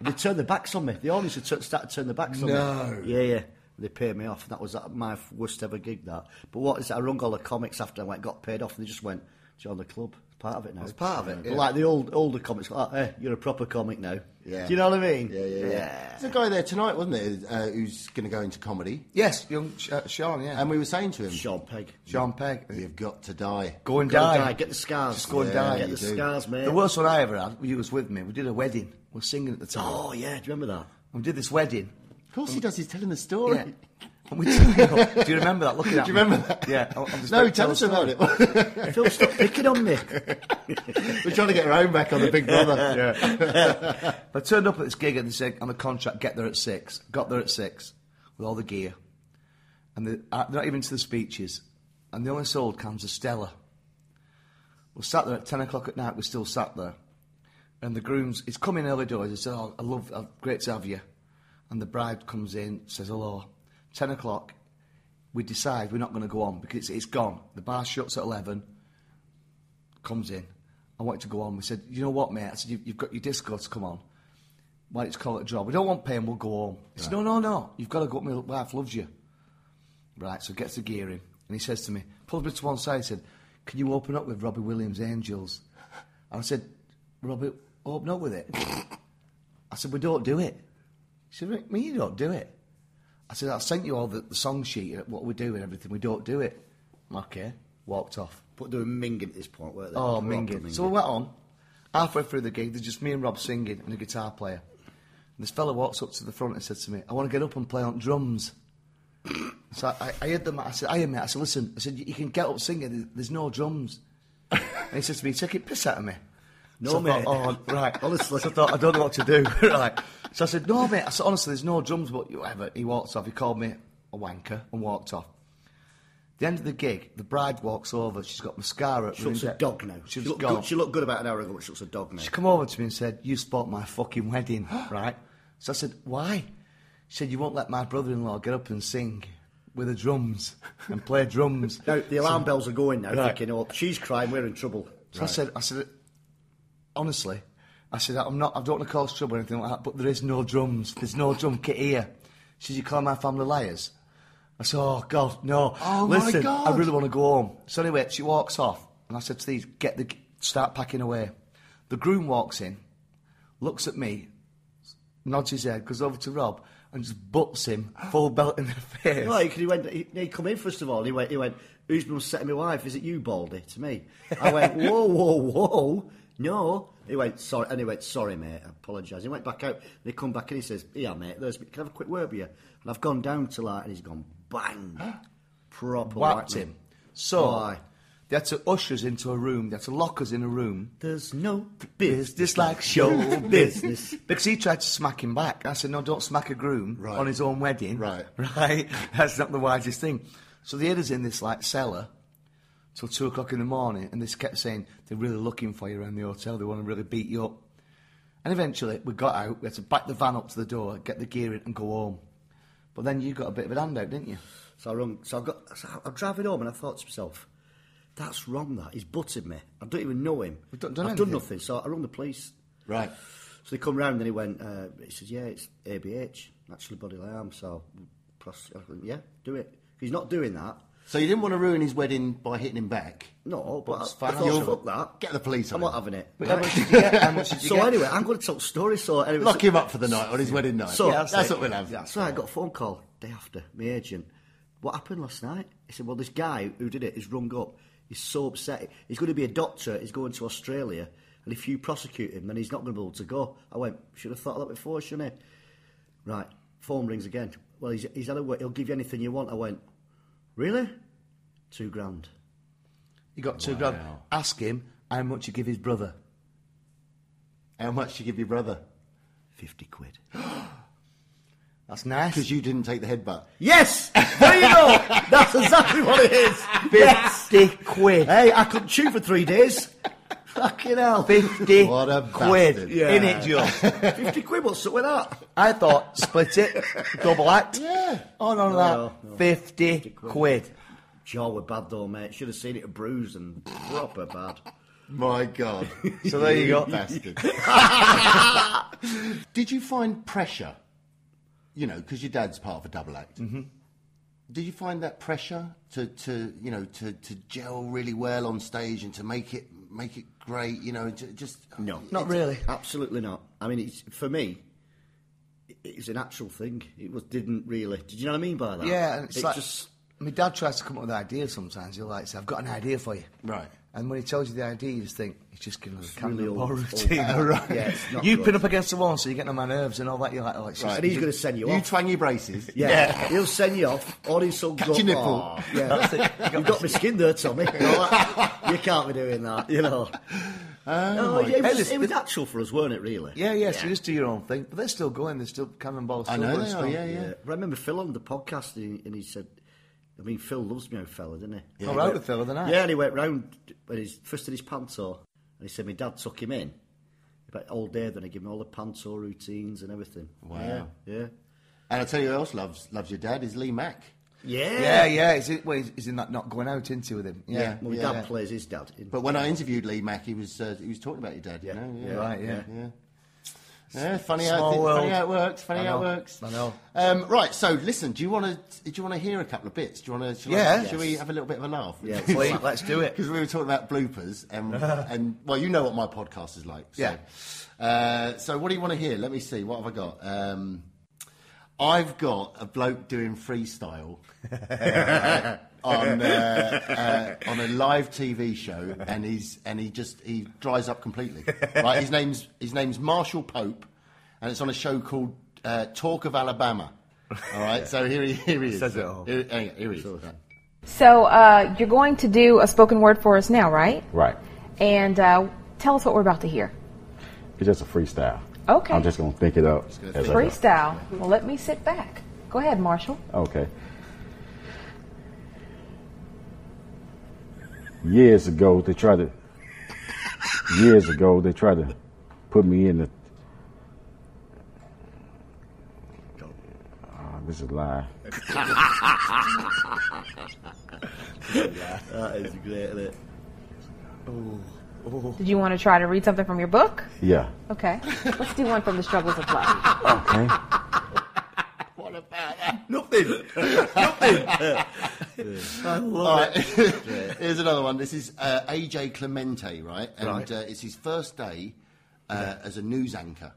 Speaker 3: They turned their backs on me. The audience had tu- started to turn their backs on
Speaker 2: No.
Speaker 3: me. Yeah, yeah. They paid me off. That was uh, my worst ever gig, that. But what is it? I rung all the comics after I went, got paid off, and they just went, join the club. It's part of it now. It's
Speaker 2: part of it, yeah.
Speaker 3: Like the old older comics, like, eh, you're a proper comic now.
Speaker 1: Yeah.
Speaker 3: Do you know what I mean?
Speaker 1: Yeah, yeah, yeah. There's a guy there tonight, wasn't there, uh, who's going to go into comedy.
Speaker 2: Yes, young Sh- uh, Sean. Yeah,
Speaker 1: And we were saying to him,
Speaker 3: Sean Pegg.
Speaker 2: Sean Pegg.
Speaker 1: you've got to die.
Speaker 2: Go and
Speaker 3: Go and
Speaker 2: die.
Speaker 3: die. Get the scars.
Speaker 2: Just go and
Speaker 1: Yeah,
Speaker 2: die.
Speaker 3: Get
Speaker 1: you
Speaker 3: the
Speaker 1: do.
Speaker 3: scars, mate.
Speaker 2: The worst one I ever had. You was with me. We did a wedding. We were singing at the time.
Speaker 3: Oh, yeah. Do you remember that?
Speaker 2: And we did this wedding.
Speaker 1: Of course he does, he's telling the story.
Speaker 2: Yeah. And we took it up. Do you remember that? Looking at
Speaker 1: Do you
Speaker 2: me.
Speaker 1: remember that?
Speaker 2: Yeah. I- I'm just about
Speaker 1: No,
Speaker 2: to
Speaker 1: tell us
Speaker 2: the
Speaker 1: about
Speaker 2: story.
Speaker 1: it.
Speaker 3: Phil, stop picking on me.
Speaker 1: We're trying to get our own back on the Big Brother.
Speaker 2: I turned up at this gig and they said on the contract, get there at six. Got there at six with all the gear. and they, uh, they're not even to the speeches, and they only sold cans of Stella. We sat there at 10 o'clock at night, we still sat there. And the groom's, he's come in early doors, he said, oh, I love, uh, great to have you. And the bride comes in, says hello. 10 o'clock, we decide we're not going to go on because it's, it's gone. The bar shuts at 11, comes in. I want to go on. We said, you know what, mate? I said, you, you've got your disco to come on. Why don't you call it a draw? We don't want pay and we'll go home. He said, no, no, no. You've got to go up. My wife loves you. Right, so gets the gear in. And he says to me, pulls me to one side, said, Can you open up with Robbie Williams' Angels? And I said, Robbie, open up with it. I said, We don't do it. He said, What do you mean you don't do it? I said, I sent you all the, the song sheet, what we do and everything. We don't do it. Okay. Walked off.
Speaker 3: But they were minging at this point, weren't they?
Speaker 2: Oh,
Speaker 3: They were all
Speaker 2: minging. So we went on. Halfway through the gig, there's just me and Rob singing and a guitar player. And this fella walks up to the front and said to me, I want to get up and play on drums. so I, I heard them. I said, I mate. I said, listen, I said, you can get up singing. There's, there's no drums. and he says to me, you're taking piss out of me.
Speaker 3: No,
Speaker 2: so I
Speaker 3: mate.
Speaker 2: thought, oh, right.
Speaker 3: Honestly.
Speaker 2: So I thought, I don't know what to do. right. So I said, no, mate. I said, honestly, there's no drums, but whatever. He walked off. He called me a wanker and walked off. The end of the gig, the bride walks over. She's got mascara.
Speaker 3: She looks a dog now.
Speaker 2: She's
Speaker 3: she, looked
Speaker 2: gone.
Speaker 3: good, she looked good about an hour ago, but she looks a dog now.
Speaker 2: She come over to me and said, "You spoilt my fucking wedding, right?" So I said, "Why?" She said, "You won't let my brother-in-law get up and sing with the drums and play drums."
Speaker 3: Now, the alarm bells are going now,
Speaker 2: Right.
Speaker 3: thinking, oh, she's crying, we're in trouble.
Speaker 2: So I said, "I said, honestly, I said I'm not. I don't want to cause trouble or anything like that, but there is no drums. There's no drum kit here." She said, "You call my family liars?" I said, "Oh God, no!
Speaker 1: Oh, my
Speaker 2: Listen,
Speaker 1: God.
Speaker 2: I really want to go home." So anyway, she walks off, and I said to these, "Get the start packing away." The groom walks in, looks at me, nods his head, goes over to Rob, and just butts him full belt in the face.
Speaker 3: Right, 'cause he went. He, he come in first of all. And he went. He went. Who's been setting my wife? Is it you, Baldy? To me. I went. Whoa, whoa, whoa. No. He went. Sorry. And he went. Sorry, mate. I apologise. He went back out. And he come back and he says, "Yeah, mate. There's, can I have a quick word with you?" And I've gone down to like, and he's gone bang, proper
Speaker 2: whacked
Speaker 3: whack me.
Speaker 2: him. So
Speaker 3: Why?
Speaker 2: they had to usher us into a room. They had to lock us in a room.
Speaker 3: There's no
Speaker 2: It's
Speaker 3: business.
Speaker 2: just like show
Speaker 3: business.
Speaker 2: business. Because he tried to smack him back. I said, no, don't smack a groom
Speaker 1: Right.
Speaker 2: on his own wedding.
Speaker 1: Right.
Speaker 2: Right. That's not the wisest thing. So they had us in this like cellar till two o'clock in the morning and they kept saying, they're really looking for you around the hotel. They want to really beat you up. And eventually we got out. We had to back the van up to the door, get the gear in and go home. But then you got a bit of a handout, didn't you?
Speaker 3: So I rung. So I got. So I- I'm driving home, and I thought to myself, "That's wrong. That he's butted me. I don't even know him.
Speaker 2: We've done- done
Speaker 3: I've done
Speaker 2: anything.
Speaker 3: nothing." So I rung the police.
Speaker 1: Right.
Speaker 3: So they come round and he went, uh, he says, yeah, it's ABH, naturally bodily harm, so, pros- I went, yeah, do it. He's not doing that.
Speaker 1: So you didn't want to ruin his wedding by hitting him back.
Speaker 3: No, but
Speaker 1: it's
Speaker 3: Uh, I, I
Speaker 1: financial.
Speaker 3: thought, fuck that.
Speaker 1: Get the police
Speaker 3: I'm
Speaker 1: on
Speaker 3: not
Speaker 1: him.
Speaker 3: having it.
Speaker 2: How much did you get? How much did you
Speaker 3: So
Speaker 2: get?
Speaker 3: anyway, I'm going to tell stories. So anyway,
Speaker 1: Lock
Speaker 3: so,
Speaker 1: him up for the night on his wedding night.
Speaker 3: So
Speaker 1: Yeah, that's,
Speaker 3: it.
Speaker 1: what we'll have.
Speaker 3: Yeah, so I got a phone call day after, my agent. What happened last night? He said, Well, this guy who did it is rung up. He's so upset. He's going to be a doctor. He's going to Australia. And if you prosecute him, then he's not going to be able to go. I went, Should have thought of that before, shouldn't he? Right, phone rings again. Well, he's, he's had a word. He'll give you anything you want. I went, Really? Two grand.
Speaker 2: You got two grand. Ask him how much you give his brother.
Speaker 1: How much you give your brother?
Speaker 3: 50 quid.
Speaker 2: That's nice.
Speaker 1: Because you didn't take the headbutt.
Speaker 3: Yes! There you go! That's exactly what it is! Yes!
Speaker 2: 50 quid.
Speaker 3: Hey, I couldn't chew for three days. Fucking hell.
Speaker 2: 50
Speaker 1: What a
Speaker 2: quid.
Speaker 1: bastard.
Speaker 3: Yeah.
Speaker 2: In it, Joe.
Speaker 3: 50 quid, what's up with that?
Speaker 2: I thought, split it, double act.
Speaker 1: Yeah.
Speaker 2: Oh, no, no,
Speaker 3: no, no.
Speaker 2: 50 quid.
Speaker 3: Jaw were bad though, mate. Should have seen it bruised and proper bad.
Speaker 1: My God.
Speaker 2: So there you go.
Speaker 1: Bastard. Did you find pressure? You know, because your dad's part of a double act. Mm-hmm. Did you find that pressure to, to you know to, to gel really well on stage and to make it make it great? You know, to just uh,
Speaker 3: No.
Speaker 2: Not really.
Speaker 3: Absolutely not. I mean, it's, for me, it- it's an actual thing. It was didn't really. Did you know what I mean by that?
Speaker 2: Yeah, and it's
Speaker 3: it
Speaker 2: like,
Speaker 3: just
Speaker 2: my dad tries to come up with ideas sometimes. He'll like say, I've got an idea for you.
Speaker 1: Right.
Speaker 2: And when he tells you the idea, you just think, he's just giving us a
Speaker 3: really
Speaker 2: candle
Speaker 3: old- old-
Speaker 2: routine.
Speaker 3: Yeah,
Speaker 2: right.
Speaker 3: it's not
Speaker 2: you
Speaker 3: good.
Speaker 2: pin up against the wall, so you're getting on my nerves and all that. You're like, oh, it's just-
Speaker 3: and he's going to send you
Speaker 1: You
Speaker 3: off.
Speaker 1: twang your braces.
Speaker 3: yeah. he'll send you off. Or he's so
Speaker 1: Catch your nipple.
Speaker 3: yeah, that's it. You've got my skin there, Tommy. you can't be doing that. You know. no, it,
Speaker 2: Hey,
Speaker 3: was,
Speaker 2: listen,
Speaker 3: it was natural for us, weren't it? Really.
Speaker 2: Yeah, yeah, so you just do your own thing. But they're still going, they're still cannonballs.
Speaker 1: I know they are, yeah,
Speaker 3: Yeah. I remember Phil on the podcast and he, and he said I mean, Phil loves me, old fella, didn't he?
Speaker 2: Yeah. I rode with Phil the other night.
Speaker 3: Yeah, and he went round when he's first in his panto, and he said my dad took him in. But all day, then he gave him all the panto routines and everything.
Speaker 1: Wow.
Speaker 3: Yeah.
Speaker 1: And I tell you who else loves loves your dad is Lee Mack.
Speaker 3: Yeah.
Speaker 2: Yeah, yeah. Is it? Well, is, is in that not going out into with him? Yeah,
Speaker 1: Yeah.
Speaker 3: My dad plays his dad. In,
Speaker 1: But when I interviewed Lee Mack, he was uh, he was talking about your dad.
Speaker 3: Yeah.
Speaker 1: You know?
Speaker 3: Yeah.
Speaker 2: Right, yeah.
Speaker 1: Yeah. Yeah, funny how,
Speaker 2: Small
Speaker 1: it,
Speaker 2: world.
Speaker 1: funny how it works. Funny
Speaker 2: I
Speaker 1: how it
Speaker 2: know,
Speaker 1: works.
Speaker 2: I know.
Speaker 1: Um, right, so listen. Do you want to? Do you want to hear a couple of bits? Do you want to?
Speaker 2: Yeah.
Speaker 1: Should we
Speaker 3: Yes.
Speaker 1: have a little bit of a laugh?
Speaker 3: Yeah,
Speaker 2: Please, let's do it.
Speaker 1: Because we were talking about bloopers, and and well, you know what my podcast is like. So.
Speaker 2: Yeah.
Speaker 1: Uh, so what do you want to hear? Let me see. What have I got? Um, I've got a bloke doing freestyle on uh, uh, on a live TV show, and he's and he just he dries up completely. Right, his name's his name's Marshall Pope, and it's on a show called uh, Talk of Alabama. All right, so here he here he is.
Speaker 2: Says it all.
Speaker 1: Here, hang on, here he is.
Speaker 4: So uh, you're going to do a spoken word for us now, right?
Speaker 5: Right.
Speaker 4: And uh, tell us what we're about to hear.
Speaker 5: It's just a freestyle.
Speaker 4: Okay.
Speaker 5: I'm just gonna think it up. as I go.
Speaker 4: Freestyle. Well, let me sit back. Go ahead, Marshall.
Speaker 5: Okay. Years ago, they tried to. Years ago, they tried to put me in the. Ah, this is a lie.
Speaker 3: that is great, isn't it?
Speaker 4: Did you want to try to read something from your book?
Speaker 5: Yeah.
Speaker 4: Okay. Let's do one from the struggles of life.
Speaker 5: Okay.
Speaker 1: All right. Here's another one. This is uh, AJ Clemente, right? And
Speaker 2: Right.
Speaker 1: Uh, it's his first day uh, as a news anchor.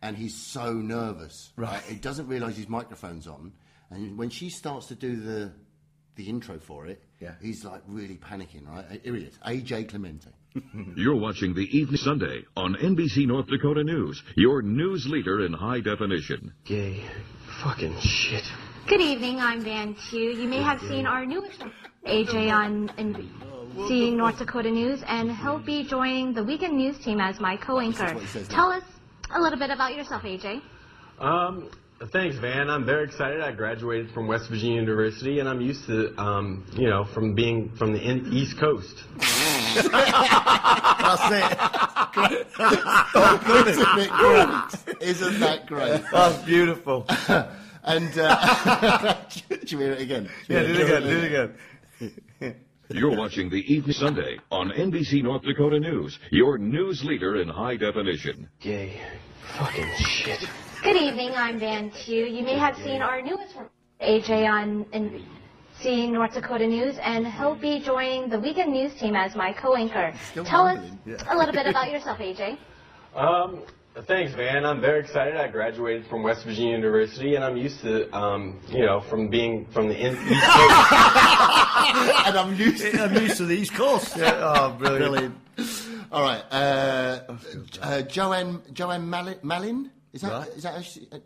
Speaker 1: And he's so nervous. Right. He doesn't realise his microphone's on. And when she starts to do the the intro for it,
Speaker 2: Yeah.
Speaker 1: he's like really panicking, right? Uh, Here he is, AJ Clemente.
Speaker 6: You're watching the Evening Sunday on NBC North Dakota News, your news leader in high definition.
Speaker 7: Gay. Fucking shit.
Speaker 8: Good evening, I'm Van Chu. You may have seen our newest AJ on NBC North Dakota News, and he'll be joining the weekend news team as my co-anchor. Tell us a little bit about yourself, AJ.
Speaker 7: Um, thanks, Van. I'm very excited. I graduated from West Virginia University, and I'm used to, um, you know, from being from the in- East Coast.
Speaker 1: Isn't that great? Isn't that great?
Speaker 2: That's beautiful.
Speaker 1: And uh, should we hear it again? Should we
Speaker 2: Yeah,
Speaker 1: hear
Speaker 2: do it again. Do it again.
Speaker 6: You're watching the Evening Sunday on NBC North Dakota News, your news leader in high definition.
Speaker 7: Gay. Fucking shit.
Speaker 8: Good evening, I'm Van Chu. You may have seen our newest AJ on NBC North Dakota News, and he'll be joining the weekend news team as my co-anchor. Tell us a little bit about yourself, AJ.
Speaker 7: Um, thanks, Van. I'm very excited. I graduated from West Virginia University, and I'm used to, um, you know, from being from the in- East Coast.
Speaker 1: And I'm used to
Speaker 3: I'm used to these course.
Speaker 2: Oh, brilliant.
Speaker 3: Brilliant.
Speaker 1: All right, uh, uh, Joanne Joanne Malin, Malin? is that is that how she, uh,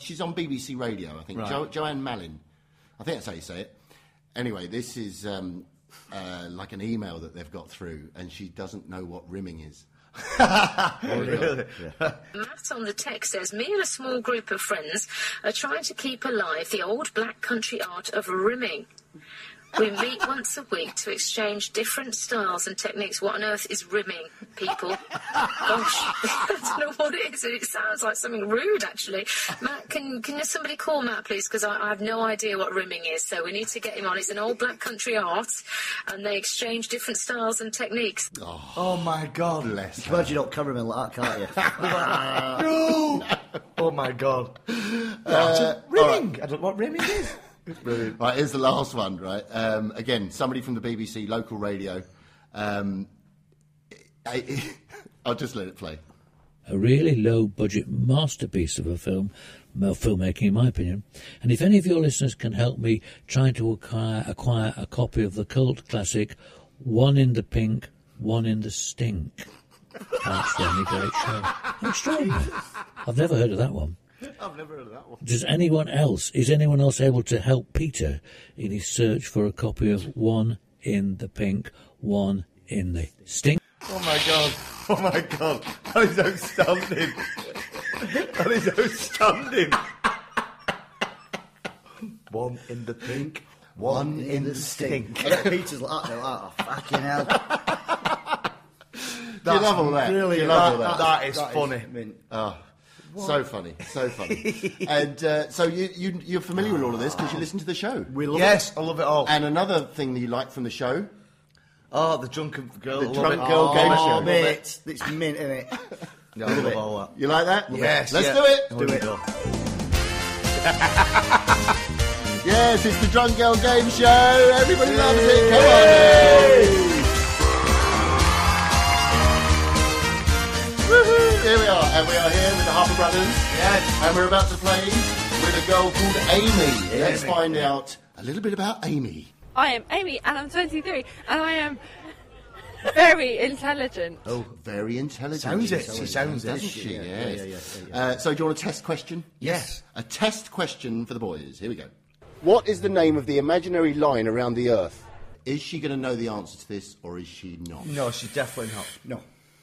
Speaker 1: she's on BBC Radio, I think. Jo, Joanne Malin, I think that's how you say it. Anyway, this is um, uh, like an email that they've got through, and she doesn't know what rimming is.
Speaker 2: Oh, Really?
Speaker 9: Matt on the text says, Me and a small group of friends are trying to keep alive the old black country art of rimming. We meet once a week to exchange different styles and techniques. What on earth is rimming, people? Gosh, I don't know what it is. It sounds like something rude, actually. Matt, can can somebody call Matt, please? Because I, I have no idea what rimming is, so we need to get him on. It's an old black country art, and they exchange different styles and techniques.
Speaker 2: Oh my god.
Speaker 1: Bless her.
Speaker 3: Glad you don't cameraman like that, can't you?
Speaker 2: No. Oh my god.
Speaker 1: Uh,
Speaker 2: rimming. I don't know what rimming is.
Speaker 1: Right, here's the last one. Right, um, again, somebody from the BBC local radio. Um, I, I'll just let it play.
Speaker 10: a really low budget masterpiece of a film, of filmmaking, in my opinion. And if any of your listeners can help me trying to acquire, acquire a copy of the cult classic, One in the Pink, One in the Stink. That's the only great show. Extraordinary. I've never heard of that one.
Speaker 1: I've never heard of that one.
Speaker 10: Does anyone else, is anyone else able to help Peter in his search for a copy of One in the Pink, One in the Stink?
Speaker 2: Oh my god. Oh my god. That is outstanding. That is outstanding. One in the pink, one, in the stink.
Speaker 3: I bet Peter's like, that now, aren't I? fucking hell.
Speaker 2: That's
Speaker 1: love all that.
Speaker 2: brilliant.
Speaker 1: You love all
Speaker 2: That-
Speaker 1: that.
Speaker 2: that is funny.
Speaker 3: mint.
Speaker 1: Oh, so funny, so funny. and uh, so you, you you're familiar with all of this because you listen to the show.
Speaker 3: We love
Speaker 2: Yes, I love it all.
Speaker 1: And another thing that you like from the show,
Speaker 2: Oh, the drunken girl.
Speaker 1: The
Speaker 2: love
Speaker 1: drunk
Speaker 2: it.
Speaker 1: girl
Speaker 2: oh,
Speaker 1: game
Speaker 2: I
Speaker 1: show.
Speaker 2: love
Speaker 3: mate.
Speaker 2: it.
Speaker 3: It's mint, isn't it?
Speaker 2: No, I love all that.
Speaker 1: you like that?
Speaker 2: Yes,
Speaker 1: let's
Speaker 2: yeah.
Speaker 1: do it.
Speaker 2: Do it.
Speaker 1: Yes, it's the Drunk Girl Game Show. Everybody loves it. Come on. Woohoo. Here we are, and we are here with the Harper Brothers. Yes. And we're about to play with a girl called Amy. Let's find out a little bit about Amy.
Speaker 11: I am Amy and I'm 23 and I am very intelligent.
Speaker 1: Oh, very intelligent.
Speaker 2: Sounds it.
Speaker 1: She's
Speaker 2: She sounds it.
Speaker 1: doesn't she?
Speaker 2: Yeah,
Speaker 1: yes.
Speaker 2: yeah, yeah,
Speaker 1: Uh, so, do you want a test question?
Speaker 2: Yes.
Speaker 1: A test question for the boys. Here we go. What is the name of the imaginary line around the Earth? Is she going to know the answer to this, or is she not?
Speaker 2: No, she's definitely not. No.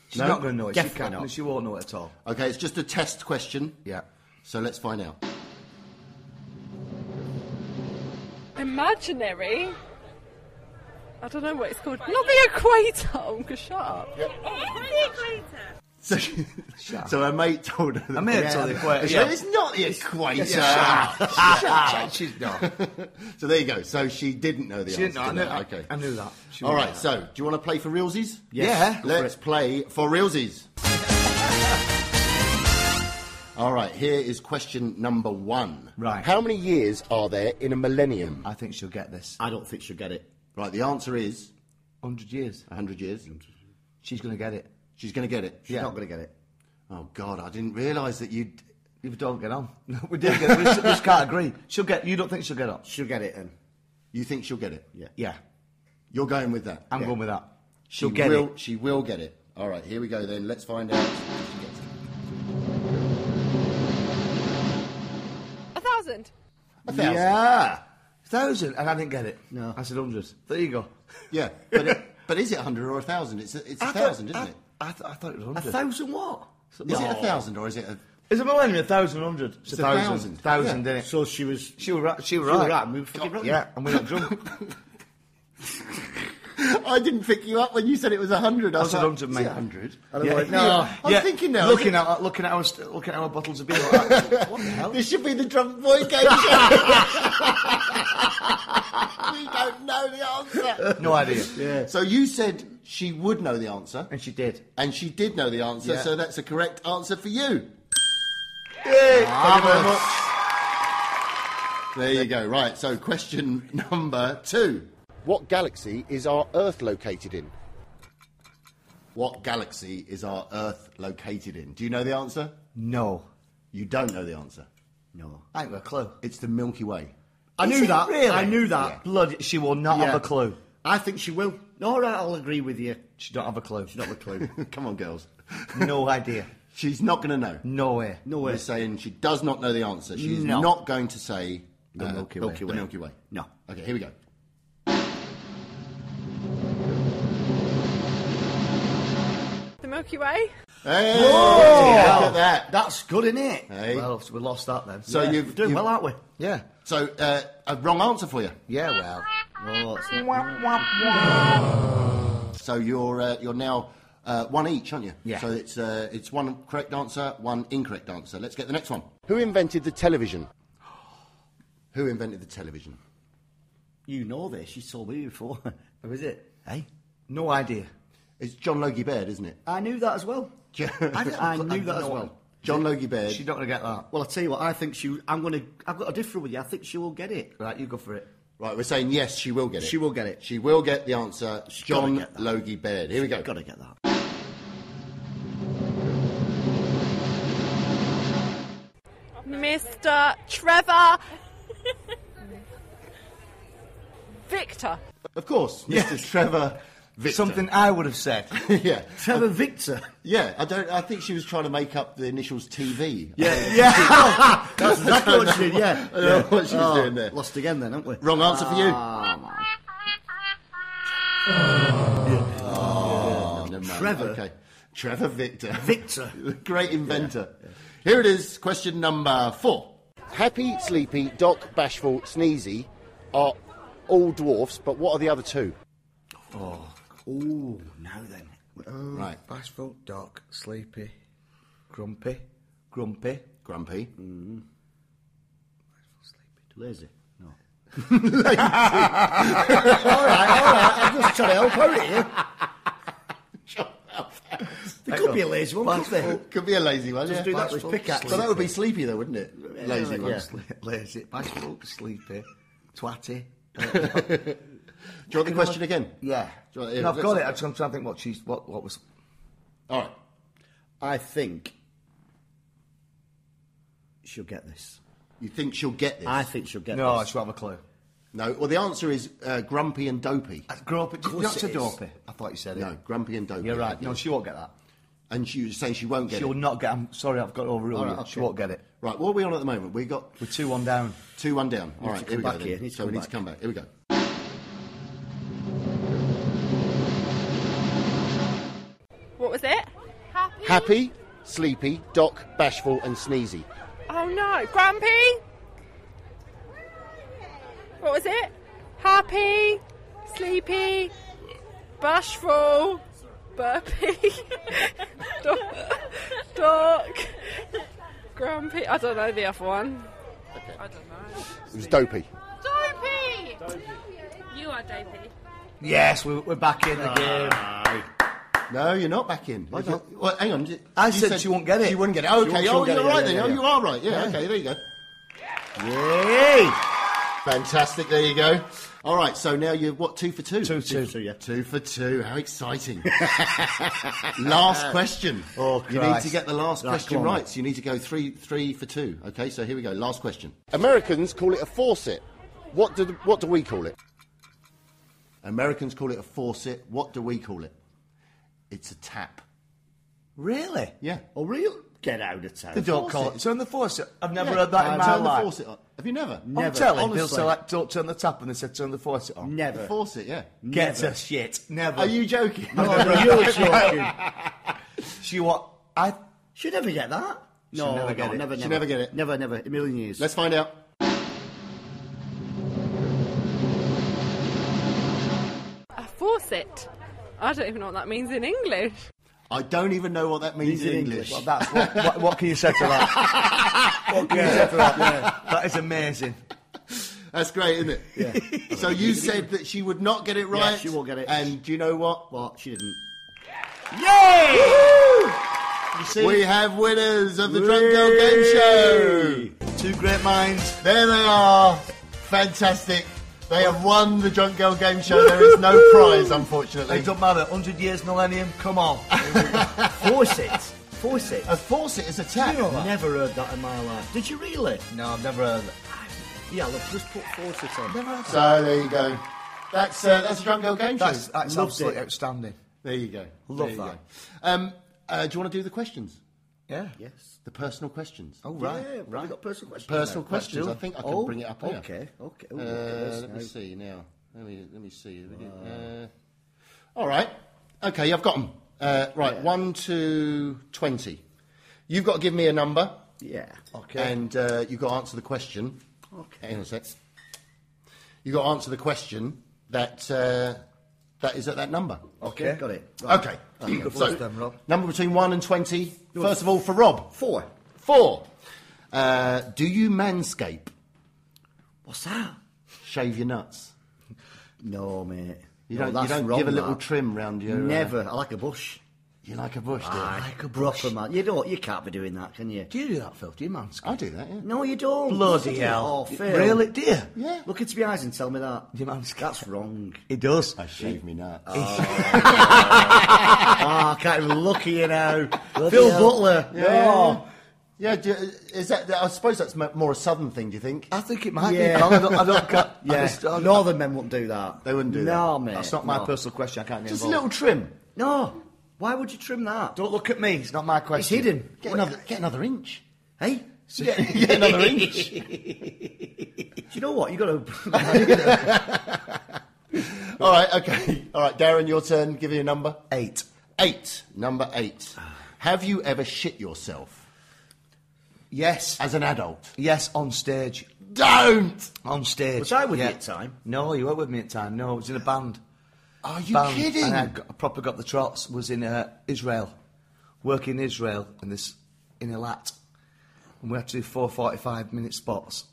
Speaker 2: She's
Speaker 1: No?
Speaker 2: not going to know it.
Speaker 1: Definitely
Speaker 2: she can't.
Speaker 1: not.
Speaker 2: She won't know it at all.
Speaker 1: Okay, it's just a test question.
Speaker 2: Yeah.
Speaker 1: So let's find out.
Speaker 11: Imaginary. I don't know what it's called. Not the equator. Oh, God, shut up.
Speaker 1: So, so her mate told her. That
Speaker 2: I may have told the equator.
Speaker 1: She
Speaker 2: yeah.
Speaker 1: said, It's not the equator. Ah.
Speaker 2: She's not.
Speaker 1: So there you go. So she didn't know the
Speaker 2: She didn't
Speaker 1: answer.
Speaker 2: know.
Speaker 1: to
Speaker 2: I
Speaker 1: that.
Speaker 2: knew- I-
Speaker 1: okay.
Speaker 2: I knew that. She
Speaker 1: All
Speaker 2: knew
Speaker 1: right.
Speaker 2: that.
Speaker 1: So do you want to play for realsies?
Speaker 2: Yeah. Go for
Speaker 1: Let's play for realsies. All right. Here is question number one.
Speaker 2: Right.
Speaker 1: How many years are there in a millennium?
Speaker 2: I think she'll get this.
Speaker 3: I don't think she'll get it.
Speaker 1: Right. The answer is
Speaker 2: 100 years.
Speaker 1: 100 years.
Speaker 2: She's going to get it.
Speaker 1: She's going to get it.
Speaker 3: She's not going to get it.
Speaker 1: Oh God! I didn't realise that you'd.
Speaker 2: You don't get on. No, we did get. We just, we just can't agree. She'll get. You don't think she'll get on?
Speaker 3: She'll get it, and
Speaker 1: You think she'll get it?
Speaker 3: yeah.
Speaker 2: Yeah,
Speaker 1: You're going with that.
Speaker 2: I'm
Speaker 1: Yeah.
Speaker 2: going with that.
Speaker 1: She
Speaker 2: She'll get
Speaker 1: will,
Speaker 2: it.
Speaker 1: She will get it. All right, here we go then. Let's find out.
Speaker 11: A thousand.
Speaker 1: A thousand.
Speaker 2: Yeah, thousand, and I didn't get it.
Speaker 3: No.
Speaker 2: I said hundred. There you go.
Speaker 1: Yeah, but, it, but is it 100 or a 1,000? It's a, it's a
Speaker 2: I thought-
Speaker 1: 1,000,
Speaker 2: I-
Speaker 1: isn't it?
Speaker 2: I, th- I thought it was
Speaker 3: A
Speaker 2: hundred.
Speaker 3: thousand what?
Speaker 1: Is it a 1,000 or is it a...
Speaker 2: Is it millennium? A thousand, hundred. It's,
Speaker 1: It's
Speaker 2: a
Speaker 1: a thousand.
Speaker 2: thousand. Thousand,
Speaker 1: Yeah.
Speaker 2: innit?
Speaker 3: So she was.
Speaker 2: she was right. She was
Speaker 3: She was
Speaker 2: right.
Speaker 3: right, and we were fucking wrong.
Speaker 2: Yeah, and we're not drunk.
Speaker 1: I didn't pick you up when you said it was 100. I
Speaker 2: I
Speaker 1: was
Speaker 2: said
Speaker 1: like, is
Speaker 2: 100, mate.
Speaker 1: it 100?
Speaker 2: Yeah.
Speaker 1: like,
Speaker 2: no,
Speaker 1: I'm
Speaker 2: yeah.
Speaker 1: thinking now.
Speaker 2: Looking at looking at our st- looking at our bottles of beer. Like that. what the hell?
Speaker 1: This should be the drunk boy game show. we don't know the answer.
Speaker 2: No idea.
Speaker 1: So you said she would know the answer,
Speaker 2: And she did.
Speaker 1: and she did know the answer,
Speaker 2: Yeah.
Speaker 1: so that's a correct answer for you.
Speaker 2: Thank you very much.
Speaker 1: There you go. Right, so question number two. What galaxy is our Earth located in? What galaxy is our Earth located in? Do you know the answer?
Speaker 2: No,
Speaker 1: You don't know the answer.
Speaker 3: No.
Speaker 2: I ain't got a clue.
Speaker 1: It's the Milky Way.
Speaker 3: I
Speaker 2: Is
Speaker 3: knew
Speaker 2: it
Speaker 3: that.
Speaker 2: really?
Speaker 3: I knew that.
Speaker 2: Blood, she will not have
Speaker 3: Yeah.
Speaker 2: a clue.
Speaker 3: I think she will. All right, I'll agree with you.
Speaker 2: She don't have a clue.
Speaker 3: She's not a clue.
Speaker 1: Come on, girls.
Speaker 2: no idea.
Speaker 1: She's not going to know.
Speaker 2: No way.
Speaker 3: No way.
Speaker 1: We're saying she does not know the answer. She's
Speaker 3: No.
Speaker 1: not going to say
Speaker 3: The Milky Way.
Speaker 1: The Milky Way.
Speaker 3: No.
Speaker 1: Okay, here we go.
Speaker 11: The Milky Way.
Speaker 1: Hey! Look at that.
Speaker 3: Oh, That's good, isn't it?
Speaker 1: Hey.
Speaker 2: Well, so we lost that then.
Speaker 1: So
Speaker 2: yeah.
Speaker 1: you've-
Speaker 3: We're doing
Speaker 1: you've-
Speaker 3: well, aren't we?
Speaker 2: yeah,
Speaker 1: So, uh, a wrong answer for you.
Speaker 2: yeah. Well,
Speaker 3: Oh, it's
Speaker 1: So you're uh, you're now uh, one each, aren't you?
Speaker 2: Yeah.
Speaker 1: So it's uh, it's one correct answer, one incorrect answer. Let's get the next one. Who invented the television? Who invented the television?
Speaker 3: You know this. You told me before. Who is it? Hey.
Speaker 2: no idea.
Speaker 1: It's John Logie Baird, isn't it?
Speaker 3: I knew that as well. I, didn't- I knew that as well.
Speaker 1: John Logie Baird.
Speaker 2: She's not gonna get that.
Speaker 3: Well, I tell you what. I think she. I'm gonna. I've got a different with you. I think she will get it.
Speaker 2: Right, you go for it.
Speaker 1: Right, we're saying yes, she will get it.
Speaker 3: She will get it.
Speaker 1: She will get the answer.
Speaker 3: gotta
Speaker 1: John
Speaker 3: get that.
Speaker 1: Logie Baird. Here we go.
Speaker 3: Got to get that.
Speaker 11: Mr. Trevor. Victor.
Speaker 1: Of course, Mr. Trevor. Victor.
Speaker 2: Something I would have said.
Speaker 1: yeah,
Speaker 3: Trevor Victor.
Speaker 1: yeah. I don't. I think she was trying to make up the initials TV.
Speaker 3: Yeah, yeah. That's exactly what she did. Yeah.
Speaker 1: I don't know what she was
Speaker 3: Oh, Ah,
Speaker 1: doing there.
Speaker 3: Lost again, then, haven't we?
Speaker 1: Wrong answer for you. Never mind.
Speaker 3: Trevor.
Speaker 1: Okay. Trevor Victor.
Speaker 3: Victor.
Speaker 1: the great inventor. Here it is, question number four. Happy, Sleepy, Doc, Bashful, Sneezy are all dwarfs, but what are the other two?
Speaker 2: Oh,
Speaker 3: Ooh, now then.
Speaker 2: right. Bashful, Oh, dark, sleepy, grumpy, grumpy, grumpy. Mm.
Speaker 3: Lazy.
Speaker 2: all
Speaker 3: No.
Speaker 2: right, all right.
Speaker 3: I'm just trying to help out here. They could be a lazy one, couldn't they?
Speaker 2: Bashful. Could be a lazy one.
Speaker 3: Just
Speaker 2: yeah.
Speaker 3: do that with
Speaker 2: Bashful,
Speaker 3: pickaxe.
Speaker 2: So that would be sleepy, though, wouldn't it? Lazy
Speaker 3: yeah.
Speaker 2: one.
Speaker 3: Yeah.
Speaker 2: sle- Lazy. Bashful, sleepy, twatty.
Speaker 1: Do you want the question again?
Speaker 2: Yeah.
Speaker 1: Do you want- yeah,
Speaker 2: no, I've
Speaker 1: let's-
Speaker 2: got it. I'm trying to think what she's what what was.
Speaker 1: All right.
Speaker 3: I think she'll get this.
Speaker 1: You think she'll get this?
Speaker 3: I think she'll get
Speaker 2: No,
Speaker 3: this.
Speaker 2: I should have a clue.
Speaker 1: No. Well, the answer is uh, grumpy and dopey.
Speaker 2: Grumpy.
Speaker 1: course
Speaker 2: Not
Speaker 1: it
Speaker 2: to
Speaker 1: is.
Speaker 2: dopey. I thought you said it.
Speaker 1: No, grumpy and dopey.
Speaker 2: You're right. No, she won't get that.
Speaker 1: And she was saying she won't get
Speaker 2: She will
Speaker 1: it.
Speaker 2: not get. I'm sorry, I've got overruled.
Speaker 1: All right,
Speaker 2: you. She
Speaker 1: okay.
Speaker 2: won't get it.
Speaker 1: Right. What are we on at the moment? We got
Speaker 2: We're two one down.
Speaker 1: two one down. All
Speaker 3: Need
Speaker 1: right.
Speaker 3: to
Speaker 1: Here we
Speaker 3: come
Speaker 1: go.
Speaker 3: back
Speaker 1: then.
Speaker 3: here, need to
Speaker 1: so we
Speaker 3: come
Speaker 1: need
Speaker 3: back.
Speaker 1: to come back. Here we go.
Speaker 11: What was it? Happy.
Speaker 1: Happy, sleepy, Doc, bashful, and sneezy.
Speaker 11: Oh no, Grumpy. What was it? Happy, sleepy, bashful, burpy, dark, dark, grumpy. I don't know the other one. I don't know.
Speaker 1: It was dopey.
Speaker 11: Dopey. You are dopey.
Speaker 2: Yes, we're, we're back in the game.
Speaker 1: No, you're not back in.
Speaker 2: Why not?
Speaker 1: Well, hang on. you-
Speaker 2: I
Speaker 1: you
Speaker 2: said she won't get it.
Speaker 1: She wouldn't get it.
Speaker 2: She
Speaker 1: Okay,
Speaker 2: won't- she
Speaker 1: oh,
Speaker 2: won't get
Speaker 1: you're
Speaker 2: it,
Speaker 1: right
Speaker 2: yeah,
Speaker 1: then.
Speaker 2: yeah,
Speaker 1: oh,
Speaker 2: yeah.
Speaker 1: you are right. Yeah,
Speaker 2: Yeah.
Speaker 1: okay, there you go.
Speaker 2: Yay!
Speaker 1: Fantastic, there you go. All right, so now you're, what, two for two?
Speaker 2: Two, two.
Speaker 3: So, yeah.
Speaker 1: Two for two. How exciting. last question.
Speaker 2: Oh,
Speaker 1: you need
Speaker 2: Christ.
Speaker 1: to get the last
Speaker 2: Right,
Speaker 1: question
Speaker 2: come on.
Speaker 1: right. So you need to go three, three for two. Okay, so here we go. Last question. Americans call it a faucet. What do, what do we call it? Americans call it a faucet. What do we call it? It's a tap.
Speaker 2: Really?
Speaker 1: Yeah.
Speaker 3: Oh, real? Get out of town.
Speaker 2: They don't call it. Turn the faucet. I've never heard that
Speaker 1: Turn
Speaker 2: in my
Speaker 1: the
Speaker 2: life.
Speaker 1: faucet on. Have you never?
Speaker 2: I'm
Speaker 3: Never.
Speaker 2: telling
Speaker 3: Honestly.
Speaker 2: Bill said, like, don't turn the tap, and they said, turn the faucet on.
Speaker 1: The
Speaker 3: Never.
Speaker 1: faucet, yeah.
Speaker 2: Get a shit. Never.
Speaker 1: Are you joking?
Speaker 3: No, no, Oh, you're joking.
Speaker 2: She what? I.
Speaker 3: She'll never get that. No,
Speaker 2: never
Speaker 3: no,
Speaker 2: get it.
Speaker 3: never,
Speaker 1: She'll never get it.
Speaker 3: Never, never. A million years.
Speaker 1: Let's find out.
Speaker 11: A faucet. I don't even know what that means in English.
Speaker 1: I don't even know what that means
Speaker 3: Means in
Speaker 1: in English.
Speaker 2: Well, that's what, what, what can you say to that? what can you say to that? Yeah. That is amazing.
Speaker 1: That's great, isn't it? Yeah. so you said that she would not get it right.
Speaker 3: she won't get it.
Speaker 1: And do you know what?
Speaker 3: Well, she didn't.
Speaker 2: Yay!
Speaker 1: We have winners of the Drunk Girl Game Show.
Speaker 2: Two great minds.
Speaker 1: There they are. Fantastic. They have won the Drunk Girl Game Show. There is no prize, unfortunately.
Speaker 2: It don't matter. 100 years, millennium. Come on.
Speaker 3: Force it. Force it.
Speaker 1: A faucet is a tap.
Speaker 3: I've never heard that in my life. Did you really?
Speaker 2: no, I've never heard it.
Speaker 3: Yeah, look, just put force it on. Never
Speaker 1: So there you go. That's uh, that's the Drunk Girl Game Show.
Speaker 2: That's, that's
Speaker 3: Loved
Speaker 2: absolutely
Speaker 3: it.
Speaker 2: outstanding.
Speaker 1: there you go.
Speaker 2: Love
Speaker 1: There you
Speaker 2: that.
Speaker 1: go. Um, uh, do you want to do the questions?
Speaker 2: Yeah.
Speaker 3: Yes.
Speaker 1: The personal questions.
Speaker 2: Oh, right.
Speaker 3: Yeah, right. We've got personal questions.
Speaker 1: Personal
Speaker 3: now.
Speaker 1: questions.
Speaker 3: Let's do
Speaker 1: I think I can
Speaker 3: oh,
Speaker 1: bring it up here.
Speaker 3: Okay, okay. Ooh,
Speaker 1: Uh,
Speaker 3: look at this
Speaker 1: let me
Speaker 3: now.
Speaker 1: see now. Let me let me see. Uh, all right. Okay, I've got them. Uh, right, one to twenty. You've got to give me a number,
Speaker 3: Yeah.
Speaker 1: and uh, you've got to answer the question.
Speaker 3: Okay.
Speaker 1: Hang on a sec. You've got to answer the question that uh, that is at that number.
Speaker 3: Okay. Got it. Right.
Speaker 1: Okay.
Speaker 2: Go
Speaker 1: so,
Speaker 2: first then, Rob.
Speaker 1: number between one and twenty. First of all, for Rob,
Speaker 3: Four.
Speaker 1: four. Uh, do you manscape?
Speaker 3: What's that?
Speaker 1: Shave your nuts.
Speaker 3: No, mate.
Speaker 1: You
Speaker 3: No,
Speaker 1: don't, you
Speaker 3: that's
Speaker 1: don't
Speaker 3: wrong,
Speaker 1: give a little
Speaker 3: that.
Speaker 1: trim round your. uh,
Speaker 3: Never. I like a bush.
Speaker 1: you like a bush, do you?
Speaker 3: I like a proper man. You don't. You can't be doing that, can you?
Speaker 2: Do you do that, Phil? Do you manscape?
Speaker 1: I do that, yeah.
Speaker 3: No, you don't.
Speaker 2: Bloody
Speaker 3: You
Speaker 2: hell.
Speaker 3: don't. Oh, Phil.
Speaker 2: Really? Do you?
Speaker 1: Yeah.
Speaker 3: Look into my eyes and tell me that.
Speaker 2: Do you manscape?
Speaker 3: That's wrong.
Speaker 2: He does.
Speaker 1: I shave me nuts.
Speaker 2: Uh,
Speaker 3: Ah, I can't even look at you now.
Speaker 2: Bloody
Speaker 3: Phil
Speaker 2: hell.
Speaker 3: Butler. Oh.
Speaker 1: Yeah.
Speaker 3: No.
Speaker 1: Yeah, do, is that? I suppose that's m- more a southern thing. Do you think?
Speaker 2: I think it might
Speaker 3: Yeah.
Speaker 2: be. I don't. I don't I
Speaker 3: Yeah.
Speaker 2: just- I-
Speaker 3: Northern men wouldn't do that.
Speaker 1: They wouldn't do
Speaker 3: No,
Speaker 1: that.
Speaker 3: mate.
Speaker 2: That's not my
Speaker 3: no.
Speaker 2: personal question. I can't get
Speaker 1: Just a
Speaker 2: involved.
Speaker 1: little trim.
Speaker 3: No. Why would you trim that?
Speaker 2: Don't look at me. It's not my
Speaker 3: It's
Speaker 2: question.
Speaker 3: hidden.
Speaker 1: Get another, get another inch.
Speaker 3: Hey?
Speaker 1: Get, get another inch.
Speaker 3: Do you know what? You got
Speaker 2: Oh
Speaker 3: to.
Speaker 1: All right, okay. All right, Darren, your turn. Give me a number.
Speaker 2: Eight.
Speaker 1: Eight. Number eight. Have you ever shit yourself?
Speaker 2: Yes.
Speaker 3: As an adult?
Speaker 2: Yes, on stage.
Speaker 3: Don't!
Speaker 2: On stage.
Speaker 3: Was I with you at time?
Speaker 2: No, you weren't with me at time. No, I was in a band.
Speaker 3: Are you
Speaker 2: Band,
Speaker 3: kidding?
Speaker 2: And I, got, I proper got the trots. Was in uh, Israel, working in Israel, and this in Elat, and we had to do four forty-five minute spots,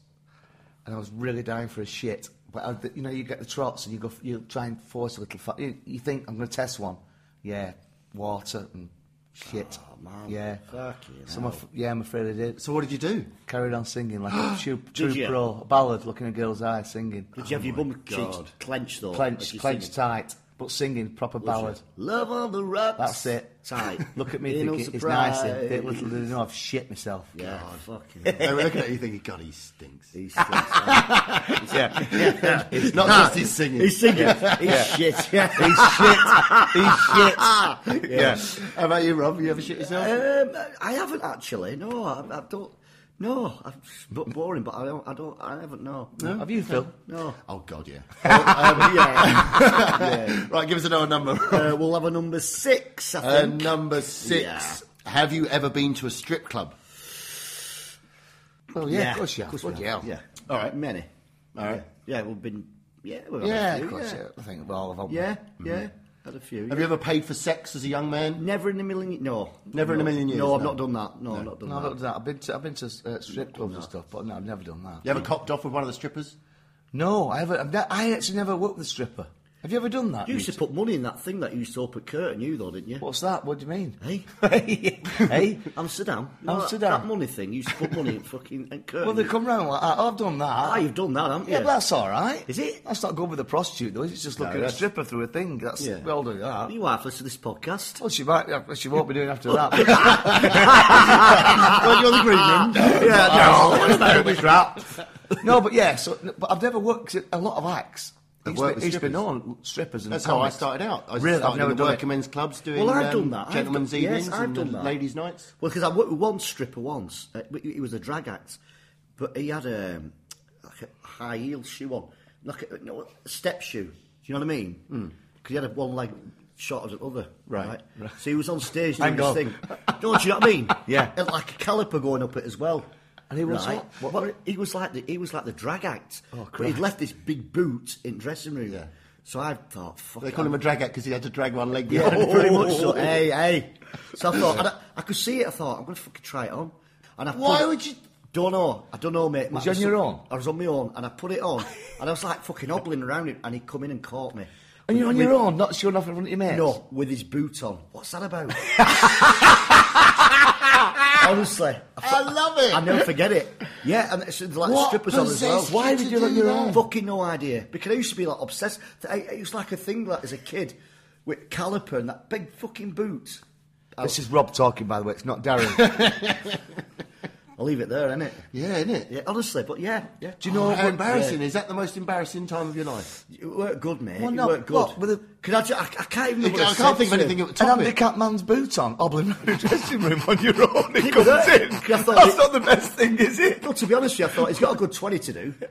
Speaker 2: and I was really dying for a shit. But I, you know, you get the trots, and you go, you try and force a little. Fa- you, you think I'm going to test one? Yeah, water and shit.
Speaker 3: Oh, man.
Speaker 2: Yeah.
Speaker 3: Fucking
Speaker 2: So I'm
Speaker 3: hell.
Speaker 2: af- yeah, I'm afraid I did.
Speaker 1: So what did you do?
Speaker 2: Carried on singing like a true, true
Speaker 3: you?
Speaker 2: pro, a ballad, looking a girl's eye, singing. Oh
Speaker 3: Did you have your
Speaker 2: my
Speaker 3: bum cheeks
Speaker 2: God.
Speaker 3: clenched though? as
Speaker 2: Clenched,
Speaker 3: you're
Speaker 2: clenched
Speaker 3: singing?
Speaker 2: tight, but singing proper ballad.
Speaker 3: Love on the rocks.
Speaker 2: That's it.
Speaker 3: Tight.
Speaker 2: Look at me
Speaker 3: Ain't no
Speaker 2: thinking it's
Speaker 3: surprise.
Speaker 2: nice. and Bit little do they know I've shit myself.
Speaker 3: Yeah. Fucking.
Speaker 1: They
Speaker 3: hell.
Speaker 1: were looking at you thinking, God, he stinks.
Speaker 3: He stinks.
Speaker 2: Yeah,
Speaker 1: It's not just his singing.
Speaker 3: He's singing. He's shit. Yeah.
Speaker 2: he's shit. He's shit. Yeah. Uh,
Speaker 1: How about you, Rob? You ever shit yourself?
Speaker 3: Um, I haven't actually. No, I, I don't. No, I'm it's a bit boring, but I don't. I don't. I haven't. No. No.
Speaker 2: Have you, Phil?
Speaker 3: No.
Speaker 1: Oh, God, yeah.
Speaker 3: yeah.
Speaker 1: Right, give us another number.
Speaker 3: Uh, we'll have a number six. I
Speaker 1: Uh,
Speaker 2: Um,
Speaker 3: think.
Speaker 1: number six. Have you ever been to a strip club?
Speaker 2: Well, yeah, of course you have.
Speaker 3: we
Speaker 1: Bloody hell.
Speaker 3: Yeah.
Speaker 1: All right.
Speaker 3: Many.
Speaker 1: All right.
Speaker 3: Yeah. We've been. Yeah. We've had a
Speaker 2: Yeah,
Speaker 3: few,
Speaker 2: of course. Yeah. Mm-hmm. I think we all of them.
Speaker 3: Yeah. Yeah. Had a few.
Speaker 1: Have
Speaker 3: yeah.
Speaker 1: you ever paid for sex as a young man?
Speaker 3: Never in a million. No.
Speaker 1: Never in a
Speaker 3: No.
Speaker 1: million years,
Speaker 3: No, I've
Speaker 1: no.
Speaker 3: not done that. No, I've not done
Speaker 2: No, I've
Speaker 3: that.
Speaker 2: not done that. I've been to, I've been to uh, strip clubs and stuff, but no, I've never done that.
Speaker 1: You ever copped off with one of the strippers?
Speaker 2: No, I haven't. I've ne- I actually never worked with a stripper. Have you ever done that?
Speaker 3: You used to put money in that thing that you used to open curtain, you though, didn't you?
Speaker 2: What's that? What do you mean?
Speaker 3: Hey,
Speaker 2: hey?
Speaker 3: Amsterdam. You know that-
Speaker 2: Amsterdam.
Speaker 3: That, money thing. You used to put money in fucking and curtain.
Speaker 2: Well, they come round like that. Oh, I've done that.
Speaker 3: Ah, you've done that, haven't you?
Speaker 2: Yeah, but that's all right.
Speaker 3: Is it?
Speaker 2: That's not good with a prostitute, though. is it? It's just looking at a
Speaker 3: that's-
Speaker 2: stripper through a thing. That's
Speaker 3: Yeah.
Speaker 2: we all do that.
Speaker 3: You are to this podcast.
Speaker 2: Well, she might. yeah, She won't be doing after that.
Speaker 1: well, you're the green room.
Speaker 2: no, but yeah. So, but I've never worked 'cause a lot of acts.
Speaker 1: I've
Speaker 2: He's
Speaker 1: worked with
Speaker 2: been, he's been
Speaker 1: strippers.
Speaker 2: known strippers and
Speaker 1: That's how I
Speaker 2: comics.
Speaker 1: started out. I
Speaker 2: Really,
Speaker 1: started
Speaker 2: I've never
Speaker 1: in the
Speaker 2: done
Speaker 1: working
Speaker 2: it.
Speaker 1: men's clubs doing
Speaker 3: Well, I've
Speaker 1: um,
Speaker 3: done that. I've
Speaker 1: gentlemen's
Speaker 3: done-
Speaker 1: evenings
Speaker 3: yes, I've
Speaker 1: and
Speaker 3: done that.
Speaker 1: ladies' nights.
Speaker 3: Well, because I worked with one stripper once. Uh, he he was a drag act, but he had a, like a high heel shoe on, like a, no, a step shoe. Do you know what I mean? Because he had a one leg shorter than the other.
Speaker 2: Hmm. Right,
Speaker 3: So he was on stage doing
Speaker 2: Hang
Speaker 3: this
Speaker 2: on.
Speaker 3: thing. No, do you know what I mean?
Speaker 2: Yeah.
Speaker 3: It had like a caliper going up it as well.
Speaker 2: And he was
Speaker 3: right.
Speaker 2: what? What
Speaker 3: But
Speaker 2: were it?
Speaker 3: he was like the he was like the drag act.
Speaker 2: Oh,
Speaker 3: but he'd
Speaker 2: Christ.
Speaker 3: left this big boot in the dressing room. So I thought, fuck.
Speaker 1: They
Speaker 3: it,
Speaker 1: called
Speaker 3: I'm-
Speaker 1: him a drag act because he had to drag one leg
Speaker 3: yeah,
Speaker 1: down.
Speaker 3: pretty much so. Hey, hey. So I thought, and I, I could see it. I thought, I'm going to fucking try it on. And I
Speaker 1: Why
Speaker 3: put it-
Speaker 1: would you-
Speaker 3: Don't know. I don't know, mate.
Speaker 2: Was
Speaker 3: I
Speaker 2: you on your own?
Speaker 3: I was on my own, and I put it on, and I was like fucking hobbling around it, and he come in and caught me.
Speaker 2: And you're on
Speaker 3: With-
Speaker 2: your own, not showing off in front of your mates.
Speaker 3: No, with his boot on. What's that about? Honestly, I, fu-
Speaker 1: I love it.
Speaker 3: I never forget it. Yeah, and it's like
Speaker 1: What
Speaker 3: strippers on as well.
Speaker 1: possessed Why you did to you do on your that? own?
Speaker 3: Fucking no idea. Because I used to be like obsessed. I- It was like a thing like as a kid with caliper and that big fucking boot.
Speaker 2: This is Rob talking, by the way. It's not Darren.
Speaker 3: I'll leave it there, innit?
Speaker 1: Yeah, isn't it?
Speaker 3: Yeah, honestly, but yeah, yeah.
Speaker 1: Do you know
Speaker 3: Oh,
Speaker 1: how
Speaker 3: yeah.
Speaker 1: embarrassing? Is that the most embarrassing time of your life?
Speaker 3: It weren't good, mate.
Speaker 2: Well,
Speaker 3: it
Speaker 2: no,
Speaker 3: weren't good.
Speaker 2: what, with a-
Speaker 3: Could I, ju- I, I can't even.
Speaker 1: I
Speaker 3: remember
Speaker 1: can't
Speaker 3: what said
Speaker 1: think of
Speaker 3: to
Speaker 1: anything
Speaker 3: him.
Speaker 1: at
Speaker 2: An
Speaker 1: the top. bit.
Speaker 2: handicapped man's boot on, hobbling around the dressing room on your own. He
Speaker 3: Keep
Speaker 2: comes
Speaker 3: it
Speaker 2: in.
Speaker 3: there. I thought
Speaker 2: That's
Speaker 3: it-
Speaker 2: not the best thing, is it?
Speaker 3: Well, to be honest with you, I thought he's got a good 20 to do.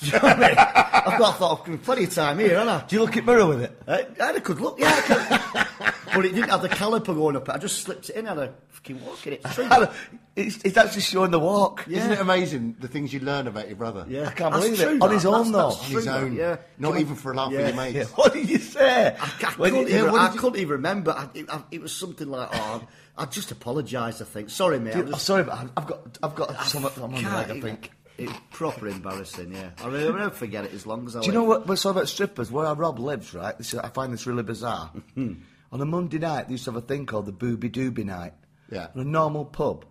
Speaker 3: Do you know what I mean? I've got, I thought, I've got plenty of time here, haven't I?
Speaker 2: Do you look at mirror with it?
Speaker 3: I, I had a good look, yeah. I could- but it didn't have the caliper going up. it. I just slipped it in, had a fucking walk in it.
Speaker 2: It's, it's actually showing the walk.
Speaker 3: Yeah.
Speaker 1: Isn't it amazing the things you learn about your brother?
Speaker 3: Yeah.
Speaker 2: I can't
Speaker 3: That's
Speaker 2: believe it.
Speaker 3: true,
Speaker 2: On
Speaker 3: that.
Speaker 2: his
Speaker 3: That's-
Speaker 2: own,
Speaker 3: that's
Speaker 2: though.
Speaker 1: On
Speaker 3: true,
Speaker 1: his
Speaker 3: that,
Speaker 1: own.
Speaker 3: Yeah.
Speaker 1: Not even for a laugh with
Speaker 3: Yeah.
Speaker 1: your mates.
Speaker 2: Yeah, What did you say?
Speaker 3: I, I,
Speaker 2: When
Speaker 3: couldn't,
Speaker 2: you-
Speaker 3: even,
Speaker 2: what
Speaker 3: I
Speaker 2: did you-
Speaker 3: couldn't even remember. I, it, I, it was something like, oh, I just apologised, I think. Sorry, mate. I
Speaker 2: Dude, oh,
Speaker 3: just,
Speaker 2: sorry, but I've- I've got I've got some
Speaker 3: I
Speaker 2: on my
Speaker 3: can't
Speaker 2: leg. I
Speaker 3: even-
Speaker 2: think.
Speaker 3: It's proper embarrassing, yeah. I mean, I'll never forget it as long as I
Speaker 2: Do you know what? We're talking about strippers. Where Rob lives, right? This is, I find this really bizarre. on a Monday night, they used to have a thing called the Booby Dooby Night.
Speaker 1: Yeah.
Speaker 2: In a normal pub,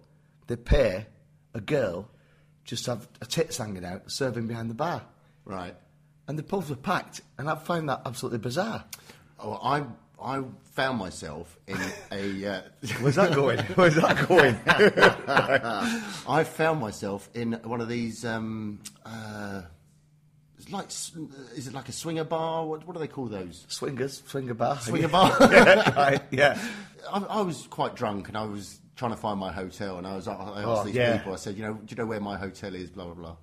Speaker 2: they pay a girl just to have a tits hanging out, serving behind the bar,
Speaker 1: Right.
Speaker 2: and the pubs were packed. And I find that absolutely bizarre.
Speaker 1: Oh, I I found myself in a. Uh,
Speaker 2: Where's that going? Where's that going?
Speaker 1: I found myself in one of these. Um, uh, it's like, s- is it like a swinger bar? What, what do they call those?
Speaker 2: Swingers, swinger bar,
Speaker 1: Swinger bar.
Speaker 2: yeah, right, yeah.
Speaker 1: I, I was quite drunk and I was trying to find my hotel and I was I asked
Speaker 2: Oh,
Speaker 1: these
Speaker 2: yeah.
Speaker 1: people I said you know do you know where my hotel is blah blah blah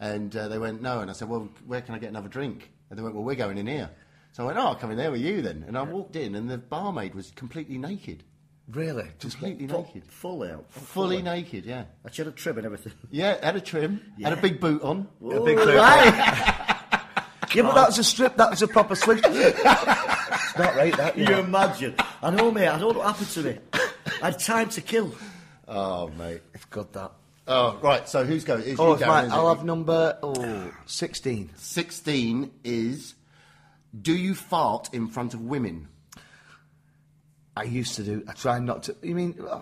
Speaker 1: and uh, they went no and I said well where can I get another drink and they went well we're going in here so I went oh I'll come in there with you then and I walked in and the barmaid was completely naked
Speaker 2: Really?
Speaker 3: Just
Speaker 2: Completely
Speaker 3: what,
Speaker 2: naked?
Speaker 3: Full out.
Speaker 1: Fully naked, yeah.
Speaker 3: And she had a trim and everything.
Speaker 1: Yeah, had a trim, had a big boot on.
Speaker 3: Had a big boot
Speaker 2: Yeah, but that was a strip. That was a proper swing. it's not right. That you,
Speaker 3: Can you
Speaker 2: know.
Speaker 3: imagine? I know, mate. I don't know what happened to me. I had time to kill.
Speaker 1: Oh, mate.
Speaker 2: It's good that.
Speaker 1: Oh, right, so who's going? It's
Speaker 2: Oh,
Speaker 1: you
Speaker 2: it's
Speaker 1: going,
Speaker 2: mine.
Speaker 1: is it?
Speaker 2: I'll have number oh, 16.
Speaker 1: 16 is Do you fart in front of women?
Speaker 2: I used to do. I try not to. You mean uh,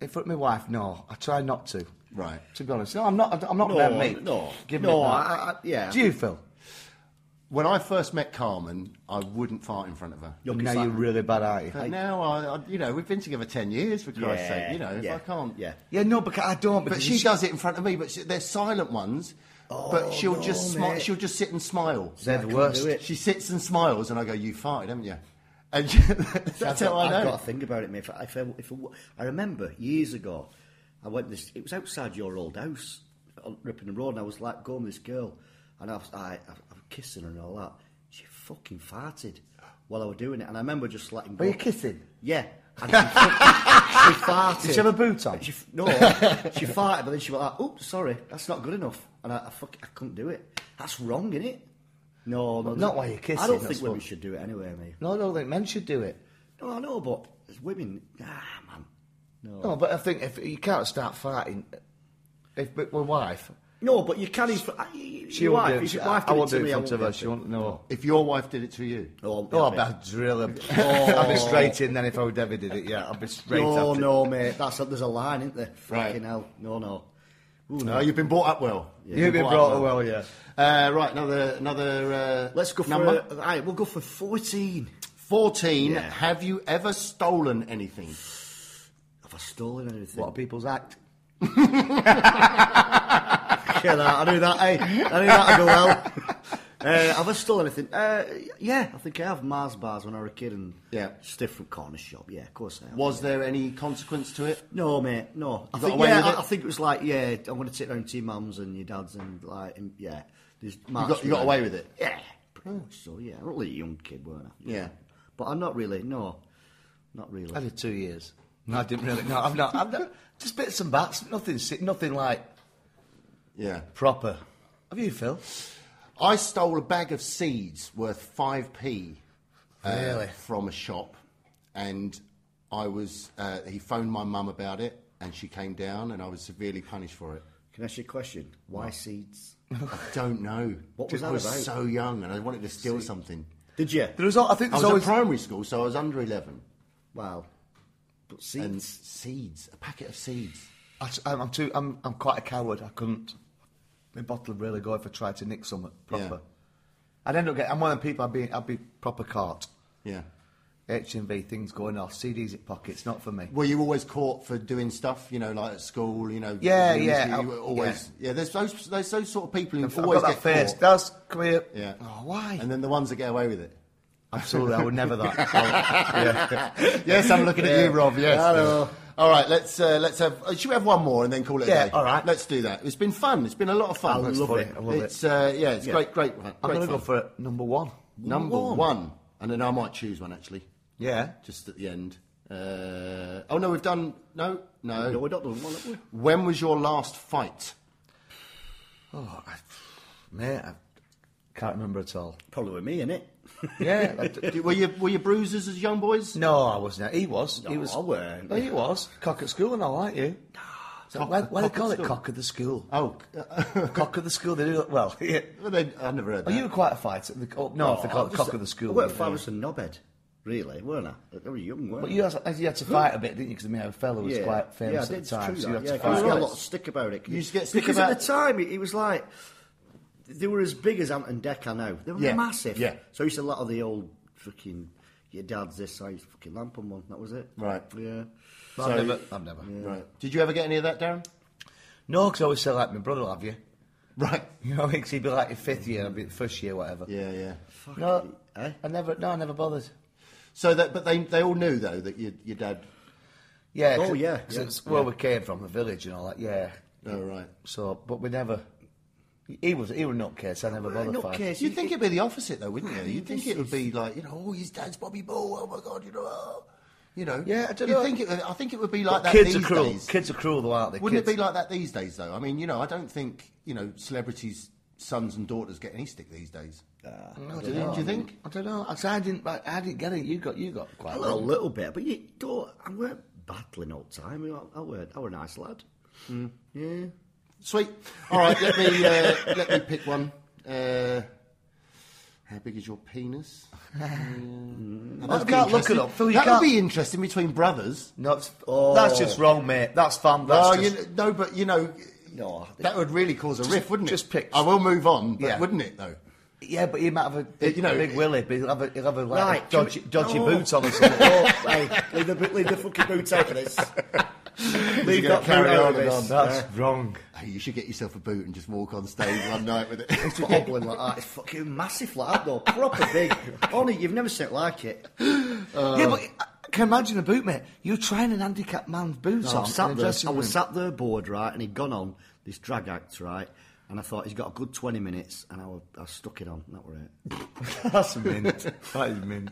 Speaker 2: in front of my wife? No, I try not to.
Speaker 1: Right.
Speaker 2: To be honest, no, I'm not. I'm not
Speaker 3: No,
Speaker 2: about me.
Speaker 3: no,
Speaker 2: give
Speaker 3: no,
Speaker 2: me. that.
Speaker 3: I- I- yeah.
Speaker 2: Do you, Phil?
Speaker 1: When I first met Carmen, I wouldn't fart in front of her.
Speaker 3: You're
Speaker 2: now
Speaker 3: concerned.
Speaker 2: you're really bad, are you?
Speaker 1: But now, I, I, you know, we've been together 10 years, for Christ's
Speaker 3: Yeah,
Speaker 1: sake. You know, if
Speaker 3: yeah,
Speaker 1: I can't.
Speaker 3: Yeah.
Speaker 2: Yeah, no, because I don't. Because
Speaker 1: But she
Speaker 2: it's-
Speaker 1: does it in front of me, but she, they're silent ones.
Speaker 3: Oh,
Speaker 1: but she'll just smi- she'll just sit and smile.
Speaker 2: They're the worst.
Speaker 3: do it.
Speaker 1: She sits and smiles, and I go, "You farted, haven't you?" And she, that's
Speaker 3: I've
Speaker 1: how
Speaker 3: got,
Speaker 1: I
Speaker 3: have
Speaker 1: know.
Speaker 3: got to think about it, mate. If I, if I, if I, I remember years ago, I went this. It was outside your old house on Ripping Road, and I was like going with this girl, and I was I, I, I was kissing her and all that. She fucking farted while I was doing it, and I remember just letting go.
Speaker 2: Were you kissing?
Speaker 3: Yeah. And she, fucking- she farted.
Speaker 2: Did she have a boot on?
Speaker 3: She, f- no, she farted, but then she went like, "Oops, sorry, that's not good enough," and I, I fuck, I couldn't do it. That's wrong, isn't it? No, no,
Speaker 2: Not while
Speaker 3: why
Speaker 2: you're kissing,
Speaker 3: I don't
Speaker 2: that's
Speaker 3: think women
Speaker 2: what-
Speaker 3: should do it anyway, mate.
Speaker 2: No, no, I think men should do it.
Speaker 3: Oh, No, I know, but as women, ah, man. No.
Speaker 2: No, but I think if you can't start fighting, if with my wife,
Speaker 3: No, but you can. If, I- you-
Speaker 2: she
Speaker 3: your
Speaker 2: won't
Speaker 3: wife,
Speaker 2: do it.
Speaker 3: if your
Speaker 2: I-
Speaker 3: wife
Speaker 2: I
Speaker 3: did it
Speaker 2: won't
Speaker 3: to
Speaker 2: do it
Speaker 3: me,
Speaker 2: in
Speaker 3: I
Speaker 2: front of
Speaker 3: won't
Speaker 2: her.
Speaker 3: do
Speaker 2: She
Speaker 3: it.
Speaker 2: won't. No.
Speaker 1: If your wife did it to you,
Speaker 3: No,
Speaker 2: Oh,
Speaker 3: mate.
Speaker 2: that's really. I'd be straight in then if I would ever did it. Yeah, I'd be straight.
Speaker 3: No,
Speaker 2: after.
Speaker 3: no, mate. That's a, there's a line, isn't there?
Speaker 1: Right.
Speaker 3: Fucking hell. No, no. Ooh,
Speaker 1: no, Oh, you've been brought up well.
Speaker 2: You've been brought up well, yeah.
Speaker 1: Uh, right, another another. Uh,
Speaker 3: Let's go for.
Speaker 1: number
Speaker 3: Uh, right, we'll go for fourteen.
Speaker 1: fourteen.
Speaker 3: Yeah.
Speaker 1: Have you ever stolen anything?
Speaker 3: Have I stolen anything?
Speaker 2: What are people's act?
Speaker 3: Yeah, that, I knew that. Hey, I knew that would go well. Uh, have I stolen anything? Uh, yeah, I think I have Mars bars when I was a kid and
Speaker 1: Yeah.
Speaker 3: stiff from corner shop. Yeah, of course I have.
Speaker 1: Was there any consequence to it?
Speaker 3: No, mate, no. I
Speaker 1: got
Speaker 3: think,
Speaker 1: away
Speaker 3: yeah,
Speaker 1: with
Speaker 3: I,
Speaker 1: it?
Speaker 3: I think it was like, yeah, I'm going to take round to your mums and your dads and like, and, yeah. There's
Speaker 1: You got, you got away with it.
Speaker 3: Yeah, pretty much so, yeah. I was really a young kid, weren't I?
Speaker 1: Yeah.
Speaker 3: But I'm not really, no. Not really.
Speaker 2: I did two years. No, I didn't really. No, I've not. I've not just bits and bats. Nothing. si- Nothing like
Speaker 1: Yeah.
Speaker 2: proper. Have you, Phil?
Speaker 1: I stole a bag of seeds worth five p uh,
Speaker 2: Really?
Speaker 1: from a shop, and I was. Uh, he phoned my mum about it, and she came down, and I was severely punished for it.
Speaker 3: Can I ask you a question? Why seeds?
Speaker 1: I don't know.
Speaker 3: What was
Speaker 1: I
Speaker 3: that
Speaker 1: was
Speaker 3: about?
Speaker 1: so young, and I wanted to steal something.
Speaker 3: Did you?
Speaker 2: There was. al- I think
Speaker 1: I was
Speaker 2: there's always.
Speaker 1: at primary school, so I was under eleven,
Speaker 3: Wow. But
Speaker 1: and
Speaker 3: seeds?
Speaker 1: seeds, a packet of seeds.
Speaker 2: I, am I'm too. I'm. I'm quite a coward. I couldn't. My bottle would really go if I tried to nick something proper. I'd end up getting. I'm one of the people. I'd be. I'd be proper caught.
Speaker 1: Yeah.
Speaker 2: HMV things going off. CDs in pockets. Not for me.
Speaker 1: Were you always caught for doing stuff? You know, like at school. You know.
Speaker 2: Yeah,
Speaker 1: you-
Speaker 2: yeah,
Speaker 1: You were
Speaker 2: I-
Speaker 1: always. Yeah. There's those. There's those sort of people who
Speaker 2: I've
Speaker 1: always
Speaker 2: got that
Speaker 1: get
Speaker 2: face.
Speaker 1: caught.
Speaker 2: That's come here.
Speaker 1: Yeah.
Speaker 2: Oh, why?
Speaker 1: And then the ones that get away with it.
Speaker 2: Absolutely, I would never that. Yeah.
Speaker 1: yes, I'm looking at you, Rob. Yes.
Speaker 2: Hello.
Speaker 1: All right, let's uh, let's have. Uh, should we have one more and then call it a
Speaker 2: Yeah,
Speaker 1: day?
Speaker 2: all right.
Speaker 1: Let's do that. It's been fun. It's been a lot of fun.
Speaker 2: I love That's it. funny. I love it.
Speaker 1: it's, Uh, yeah, it's
Speaker 3: Yeah.
Speaker 1: great, great. great
Speaker 2: I'm going to
Speaker 1: fun.
Speaker 2: go for number one.
Speaker 1: number one. and then I might choose one actually,
Speaker 2: Yeah.
Speaker 1: just at the end. Uh, oh no, we've done no, no.
Speaker 3: No, we're not doing one, have we?
Speaker 1: When was your last fight?
Speaker 2: Oh, I, mate, I can't remember at all.
Speaker 3: Probably with me, innit?
Speaker 2: Yeah. I d-
Speaker 1: Did- were you were you bruisers as young boys?
Speaker 2: no, I wasn't. He was. he
Speaker 3: No,
Speaker 2: was.
Speaker 3: I weren't.
Speaker 2: Oh, he was. Cock at school and all, aren't you? So
Speaker 1: Cock-
Speaker 2: when, when
Speaker 1: cock
Speaker 2: they call
Speaker 1: at
Speaker 2: it
Speaker 1: school?
Speaker 2: cock of the school.
Speaker 1: Oh,
Speaker 2: cock of the school, they do it well. Yeah.
Speaker 1: well, then, I never heard
Speaker 2: Are
Speaker 1: that.
Speaker 2: you were quite a fighter? The, oh, no, if they call it cock of the
Speaker 3: I
Speaker 2: school.
Speaker 3: weren't
Speaker 2: yeah.
Speaker 3: Farris and Knobhead, really, weren't I? I was young, weren't
Speaker 2: But
Speaker 3: I?
Speaker 2: you had, you had to fight a bit, didn't you? Because I mean, a fellow was quite famous
Speaker 3: yeah,
Speaker 2: at the
Speaker 3: it's
Speaker 2: time,
Speaker 3: True,
Speaker 2: so
Speaker 3: that,
Speaker 2: you had
Speaker 3: yeah,
Speaker 2: to
Speaker 3: 'cause
Speaker 2: fight.
Speaker 3: you
Speaker 1: Right.
Speaker 3: got a lot of stick about it.
Speaker 1: You used to get stick
Speaker 3: because
Speaker 1: about-
Speaker 3: at the time it, it was like they were as big as Ant and Decker now. They were
Speaker 1: Yeah,
Speaker 3: massive.
Speaker 1: yeah.
Speaker 3: So I used to a lot of the old fucking your dad's this size fucking lamp on one. That was it.
Speaker 1: Right.
Speaker 3: Yeah.
Speaker 2: But I've never. I've never.
Speaker 1: Right. Did you ever get any of that, Darren?
Speaker 2: No, because I always say like my brother, have you?
Speaker 1: Right.
Speaker 2: You know, because he'd be like your fifth year, I'd be the first year, whatever.
Speaker 1: Yeah, yeah.
Speaker 2: No,
Speaker 3: eh?
Speaker 2: I never. No, I never bothered.
Speaker 1: So that, but they they all knew though that your your dad.
Speaker 2: Yeah.
Speaker 3: Oh,
Speaker 2: 'cause-
Speaker 3: yeah,
Speaker 2: 'cause
Speaker 3: yeah,
Speaker 2: it's where we came from, the village and all that. Yeah.
Speaker 1: Oh right.
Speaker 2: So, but we never. He was he was not case. I never bothered.
Speaker 3: Nutcase,
Speaker 2: fighting.
Speaker 1: You'd think it'd be the opposite though, wouldn't you? You'd think
Speaker 3: this
Speaker 1: it would be like you know, oh, his dad's Bobby Bull. Oh my God, you know. Oh. You know,
Speaker 2: Yeah, I don't
Speaker 1: you'd
Speaker 2: know.
Speaker 1: Think it, I think it would be like
Speaker 2: But
Speaker 1: that
Speaker 2: kids
Speaker 1: these
Speaker 2: are cruel.
Speaker 1: days.
Speaker 2: Kids are cruel, though, aren't they?
Speaker 1: Wouldn't it
Speaker 2: Kids-
Speaker 1: be like that these days, though? I mean, you know, I don't think you know celebrities' sons and daughters get any stick these days.
Speaker 2: I
Speaker 1: do, you,
Speaker 2: dunno.
Speaker 1: do you think?
Speaker 2: I don't know. I, said I didn't. I, I didn't get it. You got. You got quite
Speaker 3: A
Speaker 2: well.
Speaker 3: little, little bit, but you don't. I weren't battling all the time. I, I were, I were a nice lad. Yeah.
Speaker 1: Sweet. All right, let me uh, let me pick one. Uh, how big is your penis? Uh, that'd be
Speaker 2: can't look
Speaker 1: interesting.
Speaker 2: it up, Phil, you
Speaker 1: That would
Speaker 2: can't-
Speaker 1: be interesting between brothers.
Speaker 2: No, it's,
Speaker 1: Oh.
Speaker 2: that's just wrong, mate. That's fun. That's
Speaker 1: Oh,
Speaker 2: just,
Speaker 1: you kn- no, but you know,
Speaker 2: no.
Speaker 1: that would really cause a
Speaker 2: Just-
Speaker 1: riff, wouldn't it?
Speaker 2: just pick-
Speaker 1: I will move on, but
Speaker 2: Yeah.
Speaker 1: wouldn't it though?
Speaker 2: Yeah, but he might have a big,
Speaker 1: you know,
Speaker 2: big willy, but he'll have a, he'll have a like,
Speaker 3: Right, can
Speaker 2: dodgy,
Speaker 3: we-
Speaker 2: dodgy
Speaker 3: No.
Speaker 2: boot on or something.
Speaker 3: hey, leave the, leave the fucking boot out of this.
Speaker 1: You're
Speaker 3: leave
Speaker 1: gonna
Speaker 3: that
Speaker 1: carry
Speaker 3: boot out
Speaker 1: on
Speaker 3: of
Speaker 1: and
Speaker 3: this.
Speaker 1: on.
Speaker 2: That's wrong.
Speaker 1: Hey, you should get yourself a boot and just walk on stage one night with it.
Speaker 3: It's wobbling like that. Ah, It's fucking massive like that though. Proper big. Only you've never seen it like it.
Speaker 2: yeah, but I can imagine a boot, mate. You're trying an handicapped man's boot
Speaker 3: So
Speaker 2: on.
Speaker 3: I'm
Speaker 2: in
Speaker 3: sat
Speaker 2: a
Speaker 3: there,
Speaker 2: dressing
Speaker 3: I was
Speaker 2: room.
Speaker 3: sat there bored, right, and he'd gone on this drag act, right, and I thought he's got a good 20 minutes, and I, was, I stuck it on. That were it.
Speaker 2: That's mint. That is mint.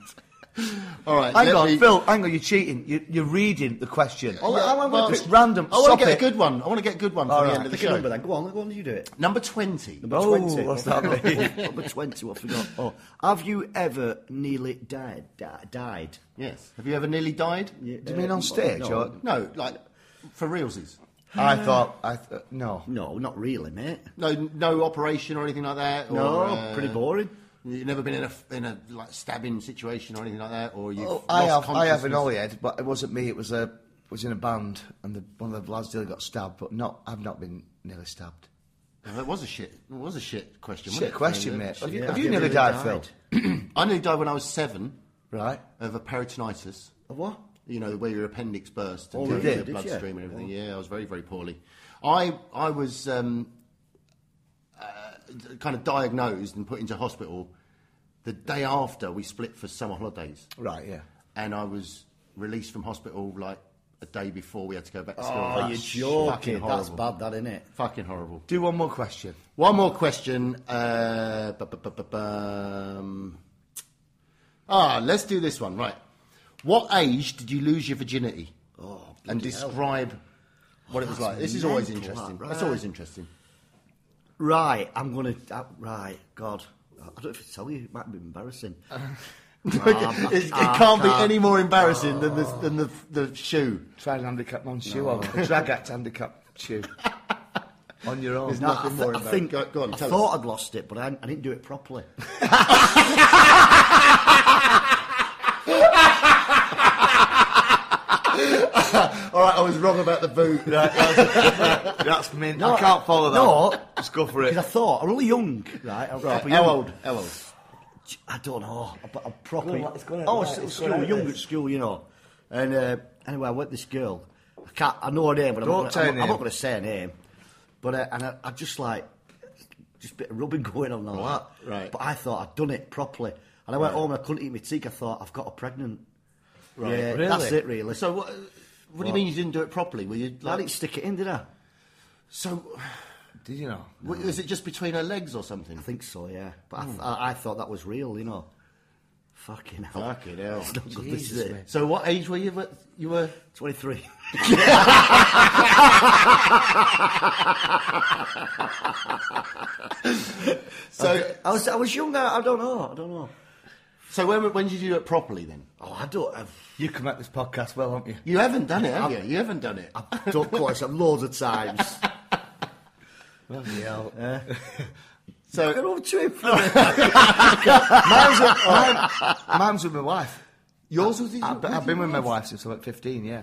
Speaker 1: All right,
Speaker 2: Hang
Speaker 1: let
Speaker 2: on,
Speaker 1: me-
Speaker 2: Phil. Hang on, you're cheating. You're, you're reading the question. Oh,
Speaker 1: Yeah,
Speaker 2: I want
Speaker 1: well,
Speaker 2: just random.
Speaker 1: I want
Speaker 2: Stop
Speaker 1: to get
Speaker 2: it.
Speaker 1: a good one. I want to get a good one for
Speaker 2: All
Speaker 1: the
Speaker 2: right,
Speaker 1: end of the
Speaker 3: Pick a
Speaker 1: show.
Speaker 3: number then. Go on, go on, you do it.
Speaker 1: Number twenty.
Speaker 3: Number
Speaker 2: Oh,
Speaker 3: 20.
Speaker 2: what's that mean?
Speaker 3: Number 20, what I forgot. Oh, have you ever nearly died? Di- died?
Speaker 1: Yes. Have you ever nearly died?
Speaker 2: Do you mean on stage?
Speaker 3: No.
Speaker 2: Or?
Speaker 1: No, like for realsies.
Speaker 2: I thought. I th- no.
Speaker 3: No, not really, mate.
Speaker 1: No, no operation or anything like that. Or,
Speaker 3: No,
Speaker 1: uh,
Speaker 3: pretty boring.
Speaker 1: You've never been in a in a like stabbing situation or anything like that, or you've
Speaker 2: Oh,
Speaker 1: lost
Speaker 2: I have. I
Speaker 1: consciousness.
Speaker 2: have an ollie head, but it wasn't me. It was a was in a band, and the, one of the lads nearly got stabbed. But not. I've not been nearly stabbed.
Speaker 1: No, that was a shit. It was a shit question.
Speaker 2: Shit
Speaker 1: wasn't it?
Speaker 2: question,
Speaker 1: Uh,
Speaker 2: mate. Have you,
Speaker 1: shit.
Speaker 2: have
Speaker 1: I
Speaker 2: you nearly
Speaker 1: nearly
Speaker 2: died,
Speaker 1: died.
Speaker 2: Phil?
Speaker 1: I nearly died when I was seven
Speaker 2: Right.
Speaker 1: of a peritonitis.
Speaker 3: A what?
Speaker 1: You know, where your appendix burst and
Speaker 3: Oh,
Speaker 1: your
Speaker 3: you did,
Speaker 1: your
Speaker 3: did you?
Speaker 1: bloodstream and everything.
Speaker 2: Oh.
Speaker 1: Yeah, I was very, very poorly. I I was um, uh, kind of diagnosed and put into hospital the day after we split for summer holidays.
Speaker 2: Right. Yeah.
Speaker 1: and I was released from hospital like a day before we had to go back to school.
Speaker 3: Oh, you're
Speaker 1: That's fucking
Speaker 3: joking. That's
Speaker 1: horrible.
Speaker 3: bad, that, isn't it?
Speaker 1: Fucking horrible.
Speaker 2: Do one more question.
Speaker 1: One more question. Uh, bu- bu- bu- bu- bum. Ah, let's do this one. Right. What age did you lose your virginity? Oh, and describe what it was like. This is always
Speaker 3: mental,
Speaker 1: interesting.
Speaker 3: that,
Speaker 1: That's
Speaker 3: right.
Speaker 1: always interesting.
Speaker 3: Right, I'm gonna. Uh, right, God, I don't know if I tell you. It might be embarrassing. Um,
Speaker 1: It's- it
Speaker 3: I
Speaker 1: can't be any more embarrassing than the, than the, the shoe.
Speaker 2: Try an handicap on shoe on. A drag act handicap shoe. on your own.
Speaker 1: There's
Speaker 3: No, I,
Speaker 1: nothing
Speaker 3: th-
Speaker 1: more
Speaker 3: I
Speaker 1: embarrassing.
Speaker 3: think
Speaker 1: Go- go on,
Speaker 3: I
Speaker 1: tell us.
Speaker 3: thought I'd lost it, but I, I didn't do it properly.
Speaker 1: All right, I was wrong about the boot.
Speaker 2: That's mint.
Speaker 3: No,
Speaker 2: I can't follow that.
Speaker 3: no.
Speaker 2: Let's go for it.
Speaker 3: Because I thought I was really young, right? I was
Speaker 1: Right,
Speaker 3: proper young.
Speaker 1: how old? How old?
Speaker 3: I don't know. but I'm proper.
Speaker 2: Go on, it's going out
Speaker 3: oh, I
Speaker 2: like-
Speaker 3: was at
Speaker 2: it's
Speaker 3: school,
Speaker 2: going out
Speaker 3: young
Speaker 2: like
Speaker 3: at school, you know. And uh, anyway, I went to this girl. I can't. I know her name, but I'm,
Speaker 2: Don't
Speaker 3: not gonna-
Speaker 2: say
Speaker 3: I'm,
Speaker 2: her
Speaker 3: I'm
Speaker 2: name.
Speaker 3: not going to say her name. But uh, and I, I just like just a bit of rubbing going on and all that.
Speaker 1: Right.
Speaker 3: But I thought I'd done it properly, and I went home and I couldn't eat my tea. I thought I've got her pregnant. Right. Yeah,
Speaker 2: Really?
Speaker 3: That's it, really. So
Speaker 1: So what? What, do you mean you didn't do it properly? Were you
Speaker 3: I
Speaker 1: like
Speaker 3: didn't stick it in, did I?
Speaker 1: so?
Speaker 2: Did you know?
Speaker 1: w Was it just between her legs or something?
Speaker 3: I think so. Yeah. But I,
Speaker 2: Hmm.
Speaker 3: th- I, I thought that was real, you know. Fucking hell.
Speaker 1: Fucking hell.
Speaker 3: It's not good, this
Speaker 2: Jesus,
Speaker 3: is
Speaker 2: mate.
Speaker 3: it.
Speaker 1: So what age were you? wh- You were
Speaker 3: Twenty-three.
Speaker 1: so.
Speaker 3: I was. I was young. I, I don't know. I don't know.
Speaker 1: So when when did you do it properly then?
Speaker 3: Oh, I don't. I've,
Speaker 2: You come at this podcast well, haven't you?
Speaker 1: You haven't done it, have you? You haven't done it.
Speaker 3: I've done quite some loads of times.
Speaker 2: Bloody hell.
Speaker 1: So
Speaker 3: Get over to him.
Speaker 2: Mine's with, mine, mine's with my wife.
Speaker 1: yours was.
Speaker 2: I've, been- I've been with my wife since I was 15, yeah.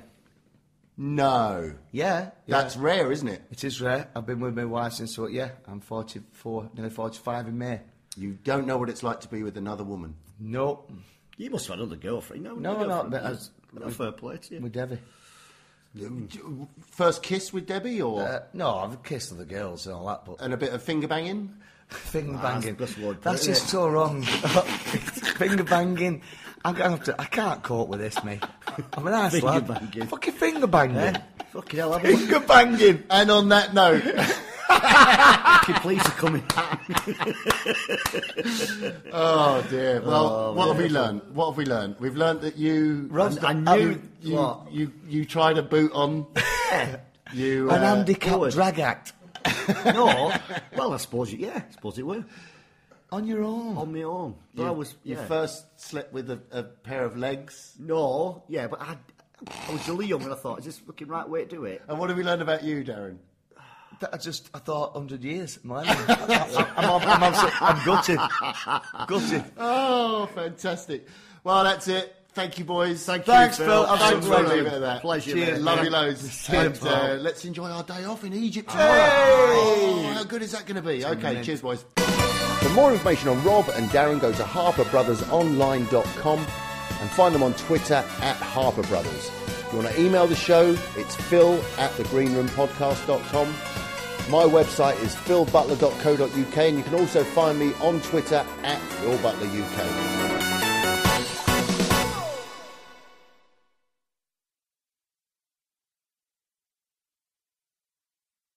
Speaker 1: No,
Speaker 2: Yeah.
Speaker 1: that's rare, isn't it?
Speaker 2: It is rare. I've been with my wife since, well, yeah, I'm 44, nearly 45 in May.
Speaker 1: You don't know what it's like to be with another woman.
Speaker 2: No,
Speaker 3: You must have had another girlfriend. No,
Speaker 2: No, no,
Speaker 3: another girlfriend.
Speaker 2: but as-
Speaker 3: Not fair play to you.
Speaker 2: with Debbie.
Speaker 1: First kiss with Debbie, or
Speaker 2: Uh, no, I've kissed other girls and all that, but
Speaker 1: and a bit of finger banging.
Speaker 2: finger
Speaker 3: that's
Speaker 2: banging.
Speaker 3: just word
Speaker 2: That's
Speaker 3: play,
Speaker 2: just so wrong. finger banging. I'm gonna have to, I can't cope with this, mate. I'm an ass
Speaker 3: Finger
Speaker 2: lad.
Speaker 3: banging. Eh?
Speaker 2: Fucking finger banging.
Speaker 3: Fucking hell, I've
Speaker 2: Finger banging.
Speaker 1: And on that note,
Speaker 3: Fucking police are coming.
Speaker 1: Oh dear. Well,
Speaker 3: Oh,
Speaker 1: what have
Speaker 3: man.
Speaker 1: we learned? What have we learned? We've learned that you.
Speaker 3: Rod's
Speaker 1: I
Speaker 3: got-
Speaker 1: knew
Speaker 3: um,
Speaker 1: you, you,
Speaker 3: what?
Speaker 1: you. tried a boot on. you.
Speaker 2: An
Speaker 1: uh,
Speaker 2: handicap drag act.
Speaker 3: no, well, I suppose, you, yeah, I suppose it were.
Speaker 2: On your own.
Speaker 3: On my own. But
Speaker 1: You,
Speaker 3: I was,
Speaker 1: you
Speaker 3: yeah.
Speaker 1: first slept with a, a pair of legs.
Speaker 3: No, yeah, but I, I was really young and I thought, is this fucking right way to do it?
Speaker 1: And what have we learned about you, Darren?
Speaker 2: That I just, I thought, 100 years. My life. I, I'm, I'm, I'm, absolute- I'm gutted. Gutted.
Speaker 1: Oh, fantastic. Well, that's it. Thank you, boys. Thank
Speaker 2: Thanks, Phil.
Speaker 1: Thanks
Speaker 2: Absolute
Speaker 1: for
Speaker 2: pleasure.
Speaker 1: a bit of that.
Speaker 3: Pleasure,
Speaker 1: Cheers.
Speaker 3: mate.
Speaker 1: Love you
Speaker 3: Yeah.
Speaker 1: loads.
Speaker 3: Cheers,
Speaker 1: And uh,
Speaker 3: pal.
Speaker 1: let's enjoy our day off in Egypt tomorrow.
Speaker 2: Hey!
Speaker 1: Oh, how good is that going to be? Okay,
Speaker 2: Brilliant.
Speaker 1: cheers, boys.
Speaker 12: For more information on Rob and Darren, go to harperbrothersonline.com and find them on Twitter at Harper Brothers. If you want to email the show, it's phil at thegreenroompodcast.com. My website is philbutler.co.uk and you can also find me on Twitter at philbutleruk.